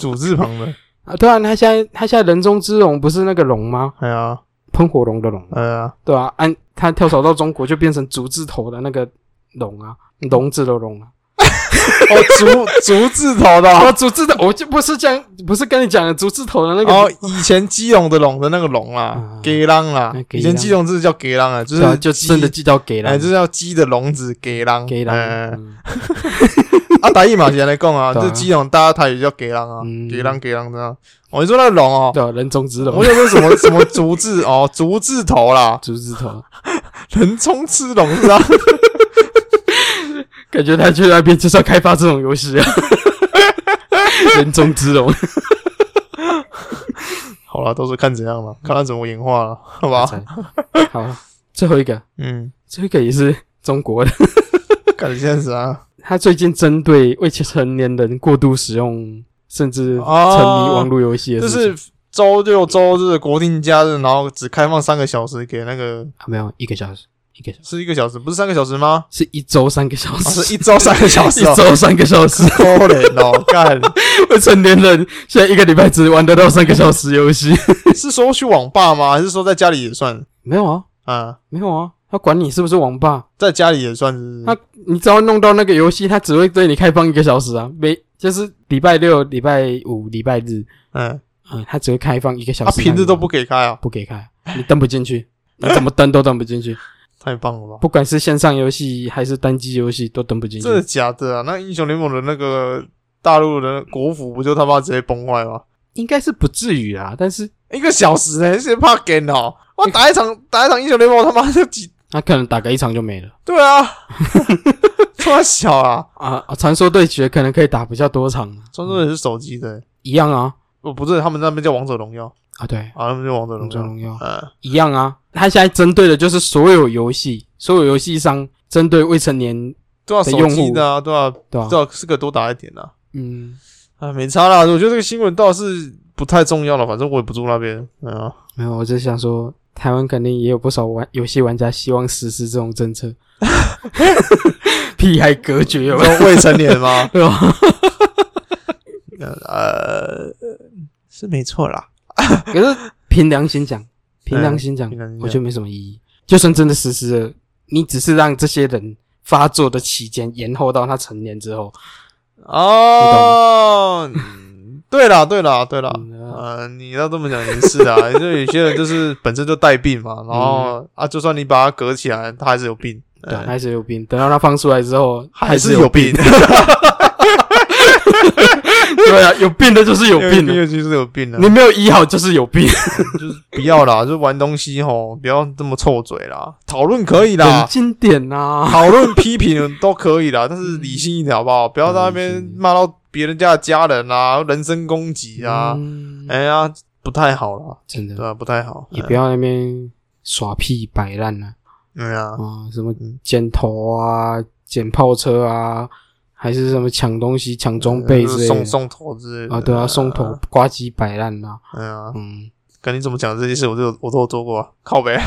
B: 主字旁的，
C: 啊！对啊，他现在他现在人中之龙不是那个龙吗？
B: 哎呀，
C: 喷火龙的龙，
B: 哎呀，
C: 对啊，按他跳槽到中国就变成竹字头的那个龙啊，笼子的龙啊。
B: 哦， 竹竹字头的哦。
C: 哦，竹字头，我就不是讲，不是跟你讲的竹字头的那个，
B: 哦，以前基隆的龙的那个龙啦
C: 啊，
B: 给浪啦
C: 啊，鸡
B: 以前基隆字叫给浪啊，就
C: 对啊
B: 是
C: 就
B: 鸡
C: 真的寄到给了，
B: 哎，这叫鸡的笼子给狼，
C: 给了，
B: 哎
C: 嗯
B: 啊，台语嘛是安尼讲啊，
C: 对啊
B: 这鸡笼大家台语叫给狼啊
C: 嗯，
B: 给狼给狼这样。我你说那龙哦，
C: 对啊，人中之龙
B: 我，想说什么什么竹字哦，竹字头啦，
C: 竹字头，
B: 人中之龙是吧？
C: 感觉他去那边就是要开发这种游戏啊， 人中之龙，
B: 好了，到时候看怎样了，看他怎么演化了，好吧？
C: 好，最后一个，
B: 嗯，
C: 最后一个也是中国的。
B: 感觉现实 啊，
C: 他最近针对未成年人过度使用甚至沉迷
B: 哦
C: 网络游戏的
B: 就
C: 事情，
B: 是周六周日国定假日，然后只开放三个小时给那个
C: 啊、没有一个小时，一个小时
B: 是一个小时，不是三个小时吗？
C: 是一周三个小
B: 啊，
C: 时，
B: 是一周三个小时
C: 一
B: 哦，
C: 周三个小时。
B: 可怜哦，干。
C: 未成年人现在一个礼拜只玩得到三个小时游戏，
B: 是说去网吧吗？还是说在家里也算
C: 没有啊，
B: 啊？
C: 没有啊，他管你是不是网吧，
B: 在家里也算是
C: 他你只要弄到那个游戏，他只会对你开放一个小时啊，每就是礼拜六、礼拜五、礼拜日，
B: 嗯，
C: 嗯，他只会开放一个小
B: 他
C: 时让你玩，
B: 平日都不给开啊，
C: 不给开，你登不 进去，你怎么登都登不进去。
B: 太棒了吧？
C: 不管是线上游戏还是单机游戏，都登不进去
B: 真。的假的啊？那英雄联盟的那个大陆的国服不就他妈直接崩坏吗？
C: 应该是不至于啦，但是
B: 一个小时呢、欸，谁怕 g 哦？我打一场打一场英雄联盟，他妈就几
C: 他可能打个一场就没了
B: 对啊， 太小啊！
C: 啊啊！传说对决可能可以打比较多场，啊
B: 传说也是手机的欸、
C: 一样啊
B: 哦不是他们那边叫王者荣耀
C: 啊，对，
B: 啊，他们叫王者荣
C: 王者
B: 耀，
C: 荣耀
B: 嗯，
C: 一样啊。他现在针对的就是所有游戏，所有游戏商针对未成年，
B: 对啊，
C: 的
B: 手
C: 用
B: 机
C: 户
B: 的啊，对啊，
C: 对吧、
B: 对啊，是个多打一点啊。
C: 嗯，
B: 啊，没差啦，我觉得这个新闻倒是不太重要了，反正我也不住那边。嗯 啊，
C: 没有，我只想说，台湾肯定也有不少玩游戏玩家希望实施这种政 策，屁孩隔绝有没有？？
B: 说未成年吗
C: 对啊吧？
B: 呃，是没错啦。
C: 可是凭良心讲，哎凭良心讲
B: 平，常是这样
C: 我觉得没什么意义。就算真的实施了，你只是让这些人发作的期间延后到他成年之后，
B: 哦，嗯对啦，对啦，对啦。
C: 嗯
B: 呃，你要这么讲也是 啊，就有些人就是本身就带病嘛，然后、
C: 嗯
B: 啊，就算你把他隔起来，他还是有病，
C: 对啊，他还是有病。等到他放出来之后，
B: 还
C: 是
B: 是有病，
C: 对啊，有病的就是 有病的，
B: 就是有病了
C: 你。没有医好就是有 病。
B: 不要啦，就玩东西吼，不要这么臭嘴啦。讨论可以啦
C: 冷，静点呐，
B: 讨论批评都可以啦，但是理性一点好不好？
C: 嗯
B: 不要在那边骂到别人家的家人啊，人身攻击啊，
C: 嗯
B: 哎呀，不太好啦，
C: 真的
B: 对啊，不太好。
C: 也不要那边耍屁摆烂啊，
B: 嗯啊，
C: 啊，什么
B: 嗯
C: 捡头啊、捡炮车啊，还是什么抢东西、抢装备
B: 嗯就
C: 之
B: 是
C: 类
B: 送
C: 的。
B: 送头之类的
C: 啊，对啊，送头。刮机摆烂啦，
B: 嗯啊，
C: 嗯，
B: 跟你怎么讲这些事，我都有我都有做过啊， 靠呗。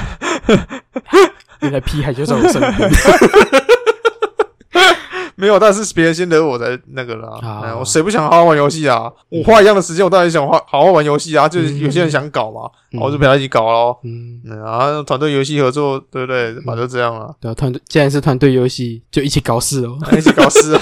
C: 原来屁孩就在我身边。
B: 没有，但是别人先惹我才那个啦。
C: 啊嗯
B: 哎我谁不想好好玩游戏啊？我花一样的时间，我当然想花好好玩游戏啊。就是有些人想搞嘛，
C: 嗯
B: 然后我就陪他一起搞咯。
C: 嗯，
B: 嗯啊，团队游戏合作，对不对？反正就这样了。
C: 对啊，团队既然是团队游戏，就一起搞事哦。
B: 一起搞事啊。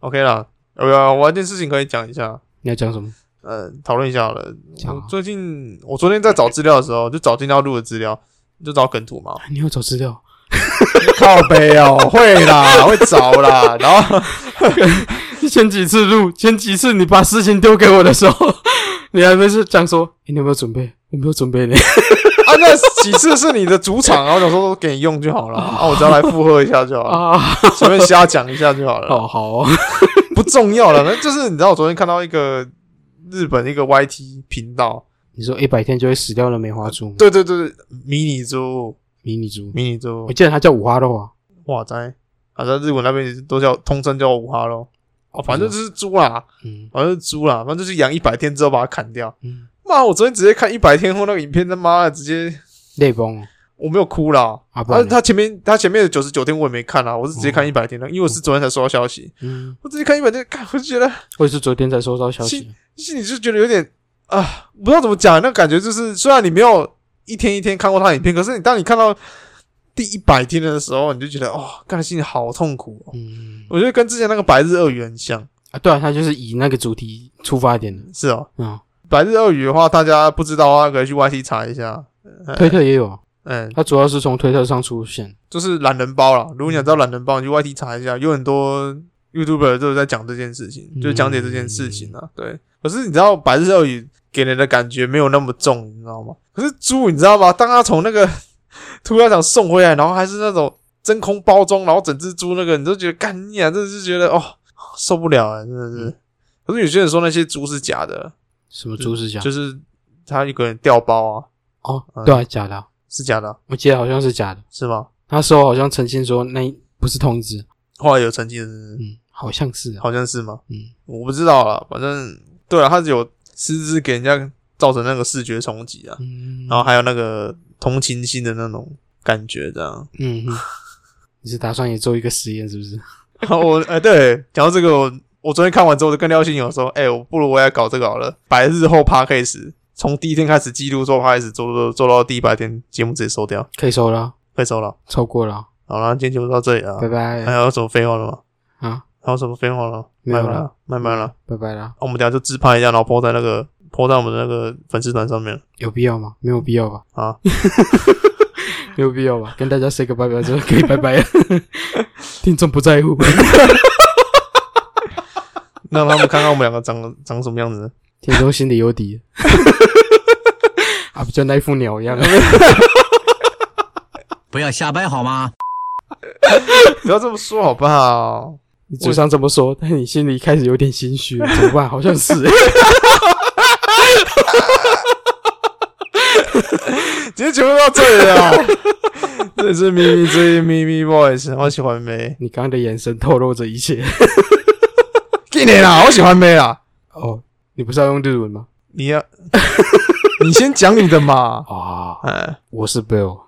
B: OK 啦，呃，我有一件事情可以讲一下，
C: 你要讲什么？
B: 呃，讨论一下好了。
C: 讲啊
B: 我最近我昨天在找资料的时候，就找今天要录的资料，就找梗图嘛。
C: 啊你要找资 料？
B: 靠背哦，会 啦，会找啦。然后啊
C: 前几次录，前几次你把事情丢给我的时候， 你还不是这样说？诶你有没有准备？我没有准备呢。
B: 啊，那几次是你的主 场啊？我想说都给你用就好了，啊，我只要来附和一下就好了，
C: 啊，
B: 随便瞎讲一下就好了，
C: 哦，好哦，
B: 不重要了。那就是你知道，我昨天看到一个日本一个 YT 频道，
C: 你说一百天就会死掉的梅花猪吗，
B: 对对对，对迷你猪，
C: 迷你猪，
B: 迷你猪
C: 我，记得它叫五花肉啊。
B: 哇塞，好像日本那边都叫通称叫五花咯。哦，反正就是猪啦，
C: 嗯
B: 反正就是猪啦，反正就是养一百天之后把它砍掉。
C: 嗯，
B: 妈，我昨天直接看一百天后那个影片，他妈的直接
C: 泪崩哦
B: 我没有哭啦。
C: 啊，不
B: 他
C: 然呢
B: 他前面他前面的九十九天我也没看啊，我是直接看一百天的，因为我是昨天才收到消息，
C: 嗯，
B: 我直接看一百天，看我就觉得
C: 我也是昨天才收到消息。
B: 心里就觉得有点啊，不知道怎么讲，那感觉就是虽然你没有一天一天看过他的影片，可是你当你看到第一百天的时候，你就觉得哦，干的心里好痛苦、哦。
C: 嗯
B: 我觉得跟之前那个白日鳄鱼很像，
C: 啊，对啊，它就是以那个主题出发点的。
B: 是哦。
C: 嗯，
B: 白日鳄鱼的话，大家不知道啊，可以去 YT 查一下。
C: 推特也有啊，
B: 嗯，
C: 它主要是从推特上出现。
B: 就是懒人包啦。如果你想知道懒人包，你去 YT 查一下，有很多 YouTuber 都有在讲这件事情，
C: 嗯
B: 就讲解这件事情啊。对，可是你知道白日鳄鱼给人的感觉没有那么重，你知道吗？可是猪，你知道吗？当它从那个 屠宰场送回来，然后还是那种真空包装，然后整只猪那个，你都觉得干你啊，真的是觉得哦受不了啊，真的
C: 嗯
B: 是。可是有些人说那些猪是假的，
C: 什么猪是假？
B: 就是他一个人掉包啊，
C: 哦
B: 嗯，
C: 对啊，假的啊。
B: 是假的啊，
C: 我记得好像是假的。
B: 是吗？
C: 那时候好像澄清说那一不是同一只，
B: 后来有澄清，是不是
C: 嗯，好像是啊。
B: 好像是吗？
C: 嗯，
B: 我不知道啦，反正对啊，他有私自给人家造成那个视觉冲击啊，
C: 嗯，
B: 然后还有那个同情心的那种感觉，这样。
C: 嗯，嗯你是打算也做一个实验是不是？
B: 然后我哎、对，讲到这个，我我昨天看完之后，我就跟廖信友说，哎、我不如我也搞这个好了，百日后 p a c a s e 从第一天开始记录做 p a c a s e 做做做到第一百天，节目直接收掉，
C: 可以收了啊，
B: 可以收了。
C: 超过了啊，
B: 好了，今天节目就到这里了
C: 拜，
B: 还
C: 拜
B: 有什么废话了吗？
C: 啊，
B: 还有什么废话了？
C: 没
B: 卖
C: 有
B: 完
C: 了
B: 了，卖完了。哦
C: 拜拜啦，
B: 我们等一下就自拍一下，然后 po 在那个 po 在我们的那个粉丝团上面
C: 有必要吗？没有必要吧，
B: 啊。
C: 没有必要吧，跟大家 say 个拜拜之后可以拜 拜了，听众不在乎，
B: 让他们看看我们两个长 长什么样子。
C: 听众心里有底， 啊，不就那一副鸟一 样，
A: 不要瞎掰好吗？
B: 不要这么说好不好？
C: 你嘴上这么说，但你心里开始有点心虚，怎么办？好像 是，
B: 今天节目到这里了， 这里是咪咪追咪咪 voice，我喜欢妹，
C: 你刚刚的眼神透露着一切。
B: 给你啦，我喜欢妹啦。
C: 哦，你不是要用日文吗？
B: 你要， 你先讲你的嘛。
C: 啊，
B: 哎，
C: 我是 Bill。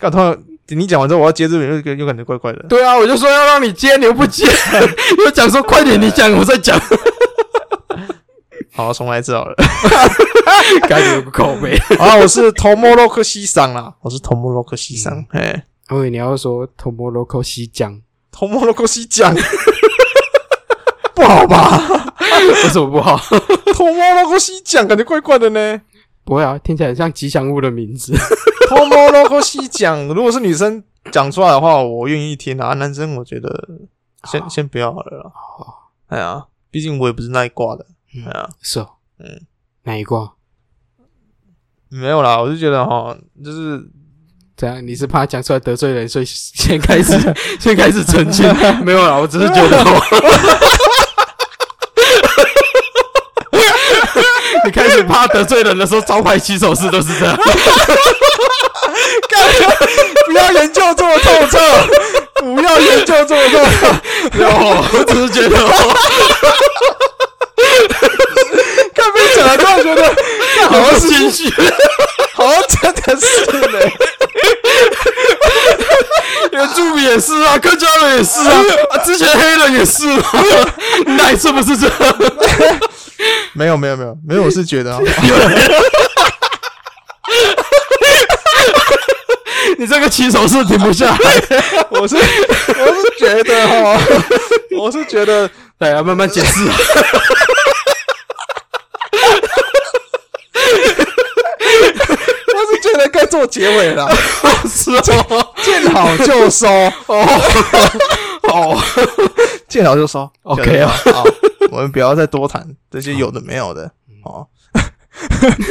B: 干突然你讲完之后，我要接这边，又又感觉怪怪的。
C: 对啊，我就说要让你接，你又不接， 又讲说快点，你讲，我再 讲，
B: 好，重来一次好了。
C: 赶紧有个口 碑。
B: 好啊啦，我是 Tomoro 克西桑啦，我是 Tomoro 克西桑。哎
C: 因为你要说 tomorrow 口西讲，
B: ，Tomoro 克西讲， 不好吧
C: 为什么不好？
B: ？Tomoro 克西讲，感觉怪怪的呢。
C: 不会啊，听起来很像吉祥物的名字。
B: Tomorrow 西讲，如果是女生讲出来的话，我愿意听啊。男生我觉得先、
C: 好
B: 先不要好了啦。哎呀，毕竟我也不是那一挂的。
C: 嗯
B: 哎呀，
C: 是哦，
B: 嗯，
C: 哪一卦？
B: 没有啦，我就觉得哈， 就是
C: 怎样？你是怕讲出来得罪人，所以先开 始先开始澄清？没有啦，我只是觉得哦 我。你开始怕得罪人的时候，招牌起手式都是这样。
B: 不要研究这么透彻，不要研究这么透彻，哦
C: 我只是觉得 我
B: 看被讲了，突然觉得好像是
C: 心虚。
B: 好像真的是呢、
C: 原住民也是啊，客家人也是 啊，啊之前黑人也是啊，哪一次不是这样？
B: 没有没有没有没有，我是觉得啊，
C: 你这个起手式停不下来。
B: 我是我是觉得哈，我是觉得。
C: 来啊，慢慢解释。
B: 我是觉得该做结尾了，
C: 是哦，
B: 见好就收，
C: 哦，
B: 见好就收。
C: OK 啊
B: 好，我们不要再多谈这些有的没有的哦。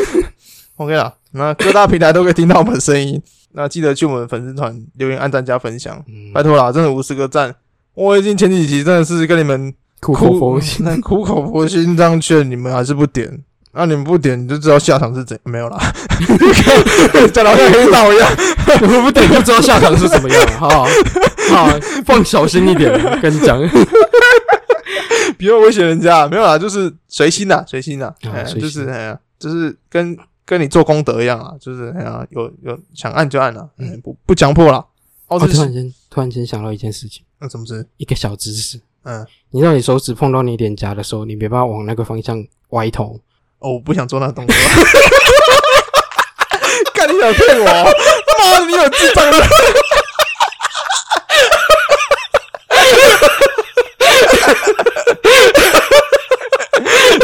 B: OK 啦，那各大平台都可以听到我们的声音。那记得去我们粉丝团留言、按赞、加分享，
C: 嗯
B: 拜托啦，真的无私个赞。我已经前几集真的是跟你们
C: 苦口婆心，，
B: 那苦口婆心这样劝你们，还是不点。那、你们不点，你就知道下场是怎没 有啦， 讲的好像黑道一样。
C: 我不得不知道下场是怎么样，好不好？好，放小心一点，跟你讲，
B: 不要威胁人家，没有啦，就是随心啦，随心啦，
C: 啊
B: 哎呀
C: 随心
B: 就是哎呀，就是跟跟你做功德一样啊，就是哎呀，有有想按就按啦，
C: 嗯
B: 哎不不强迫啦。哦，
C: 我
B: 这
C: 突
B: 是
C: 然间突然间想到一件事情，
B: 那什么事？
C: 一个小知识，
B: 嗯，
C: 你知道你手指碰到你脸颊的时候，你没办法往那个方向歪头，
B: 哦，我不想做那个动 作。看你想骗我哦，妈的，你有智障的！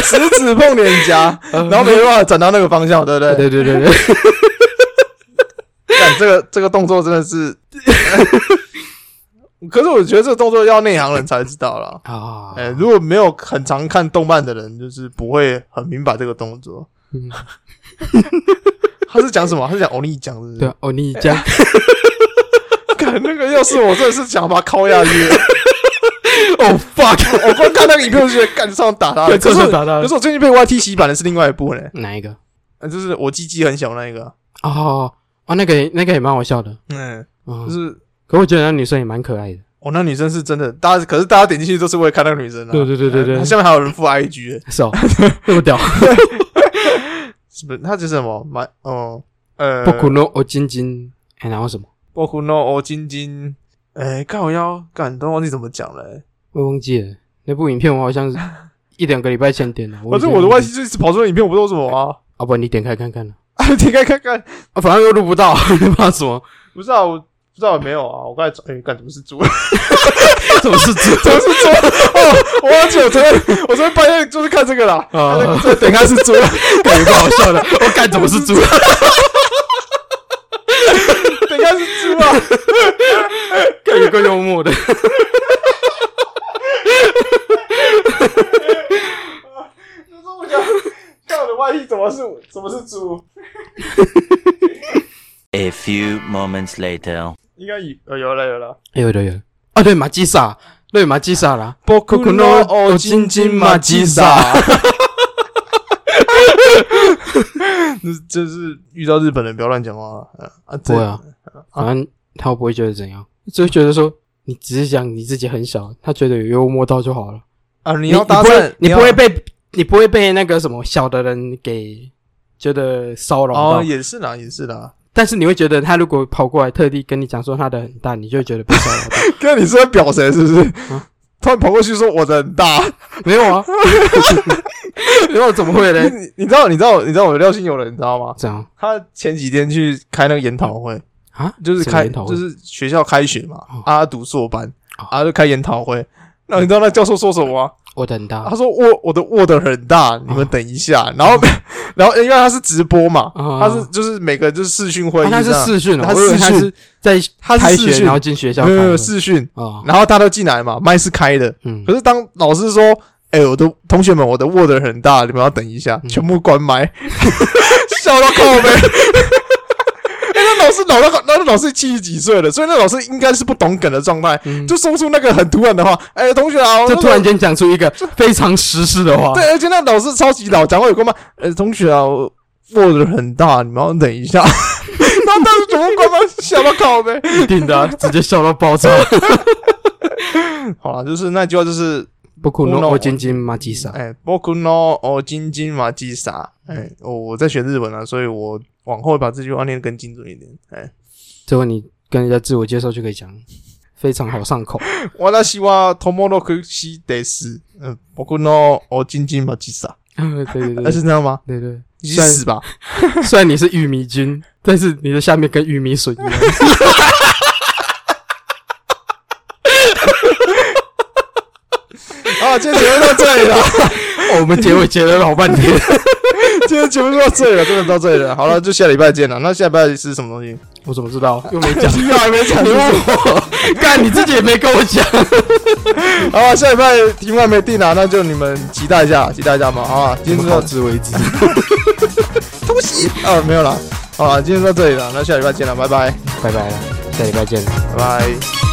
B: 食指碰脸 颊，
C: 嗯
B: 然后没办法转到那个方向，对不对？
C: 对对对对，
B: 但这个这个动作真的 是，可是我觉得这个动作要内行人才知道啦。
C: 啊，
B: 哎、如果没有很常看动漫的人，就是不会很明白这个动作。
C: 嗯
B: 他是讲什么？他是讲欧尼讲是不是？
C: 对啊，哦，你讲，
B: 干那个要是我真的是想把他敲下去，
C: 哦 fuck，
B: 我光看那个影片我就觉得干上打他了。
C: 对
B: 可是
C: 上打他了
B: 可是我最近被 YT 洗版的是另外一部呢，
C: 哪一个？
B: 呃就是我鸡鸡很小那一个。
C: 哦哦，那个也那个也蛮好笑的，
B: 嗯，
C: 嗯
B: 就是
C: 可我觉得那女生也蛮可爱的，
B: 哦，那女生是真的，大家可是大家点进去都是为了看那个女生啊。
C: 对对对对对
B: 哎下面还有人附 IG 欸
C: 是哦，这么屌，
B: 是不是？它是什么？买哦，呃，
C: 不苦诺哦金金，哎，然后什么？
B: 波库诺哦，金金，哎，看我腰，干都忘记怎么讲了、欸。
C: 我忘记了那部影片，我好像是一两个礼拜前点的。
B: 反正我的外星就一直跑出来影片，我不知道为什么啊。
C: 啊，不然你点开看看了。
B: 啊，你看看看，
C: 啊，反正又录不到， 怕什么？
B: 不知道、我不知道有没有啊？我刚才找，哎、干怎么是猪？
C: 怎么是 猪？
B: 怎么是猪？哦，我忘记我昨天， 我昨天半夜就是看这个啦。
C: 啊
B: 啊，这等一下是猪，
C: 感觉不哎好笑的。我干，怎么是 猪？
B: 等一下是猪啊！
C: 感觉够幽默的。
B: 就是我想，看我的外衣怎么是怎么是猪？
A: A few moments later.
B: 应该有呃有了有了。
C: 哎有的有的啊，对马基萨，对马基萨啦。
B: 波
C: 库诺哦金金马吉萨，
B: 那 就是遇到日本人不要乱讲话啊啊！
C: 不
B: 对
C: 会啊，反正他不会觉得怎样，只会觉得说你只是讲你自己很小，他觉得有幽默到就好了。
B: 啊，你
C: 你
B: 要搭
C: 不
B: 讪
C: 会，你
B: 要
C: 不会被你不会被那个什么小的人给觉得骚扰到
B: 哦，。也是啦，也是啦。
C: 但是你会觉得他如果跑过来特地跟你讲说他的很大，你就会觉得不骚扰到。
B: 哥，你是在表谁？是不是
C: 啊？
B: 突然跑过去说我的很大，
C: 没有啊，没有怎么 会嘞？
B: 你你知道你知道你知道我的廖星友人你知道吗？
C: 这样
B: 他前几天去开那个研讨会，
C: 啊，
B: 就是
C: 什么
B: 开
C: 研讨会
B: 就是学校开学嘛
C: 哦，
B: 啊他读硕班，
C: 哦
B: 啊就开研讨会。那你知道那教授说什么吗？
C: 我的很大
B: 他说我我的 Word 很大，你们等一
C: 啊
B: 下。然后 然后因为他是直播嘛，
C: 哦
B: 他是就是每个就是视讯会
C: 啊
B: 议这
C: 他
B: 样，
C: 是视讯哦，
B: 他
C: 我以为
B: 视
C: 他
B: 讯
C: 是在
B: 他
C: 开
B: 是视
C: 学
B: 讯
C: 然后，进学校
B: 没
C: 开
B: 有没有
C: 的
B: 视讯，
C: 哦，
B: 然后大家都进来嘛，麦是开的。
C: 嗯
B: 可，是当老师说：“哎、我的同学们，我的 Word 很大，你们要等一下，
C: 嗯
B: 全部关麦。” 笑到靠背。 哎、那老师老到那那老师七十几岁了，所以那老师应该是不懂梗的状态，
C: 嗯
B: 就说出那个很突然的话。哎、同学啊，我
C: 就
B: 那个
C: 突然间讲出一个非常实事的话，
B: 对，而且那老师超级老，讲话有个嘛，呃，同学啊，我 Word 很大，你们要等一下。 然后当时全部关麦，笑到靠背。
C: 一定 的啊，直接笑到爆炸。
B: 好了，就是那句话就是
C: 不哭
B: 不
C: 诺
B: 弄
C: 我金金马吉萨，
B: 哎，包括 no 哦，金金马吉萨，哎，我我在学日文啊，所以我往后会把这句话念得更精准一点。哎，
C: 最后你跟人家自我介绍就可以讲，非常好上口。
B: 我那希望 tomorrow 可以西得死，嗯，包括 no 哦，金金马吉萨，
C: 对对
B: 那
C: 对
B: 是这样吗？
C: 对对。
B: 你去死吧！
C: 虽然你是玉米菌，但是你的下面跟玉米笋 一样。
B: 啊，今天节目到这里了， 啊
C: 哦我们结尾结了老半天，
B: 今天节目就到这里了，真的到这里了。好了，就下礼拜见了。那下礼拜是什么东西？
C: 我怎么知道？又没讲，
B: 又还没讲
C: 你
B: 清
C: 问
B: 楚。
C: 我， 干你自己也没跟我讲。
B: 好啊，下礼拜题目还没定啊，那就你们期待一下，期待一下嘛。好啊，今天就到
C: 自为之。
B: 突袭啊，没有啦。好啊，今天就到这里了，那下礼拜见了，拜拜，
C: 拜拜了，下礼拜见。
B: 拜拜。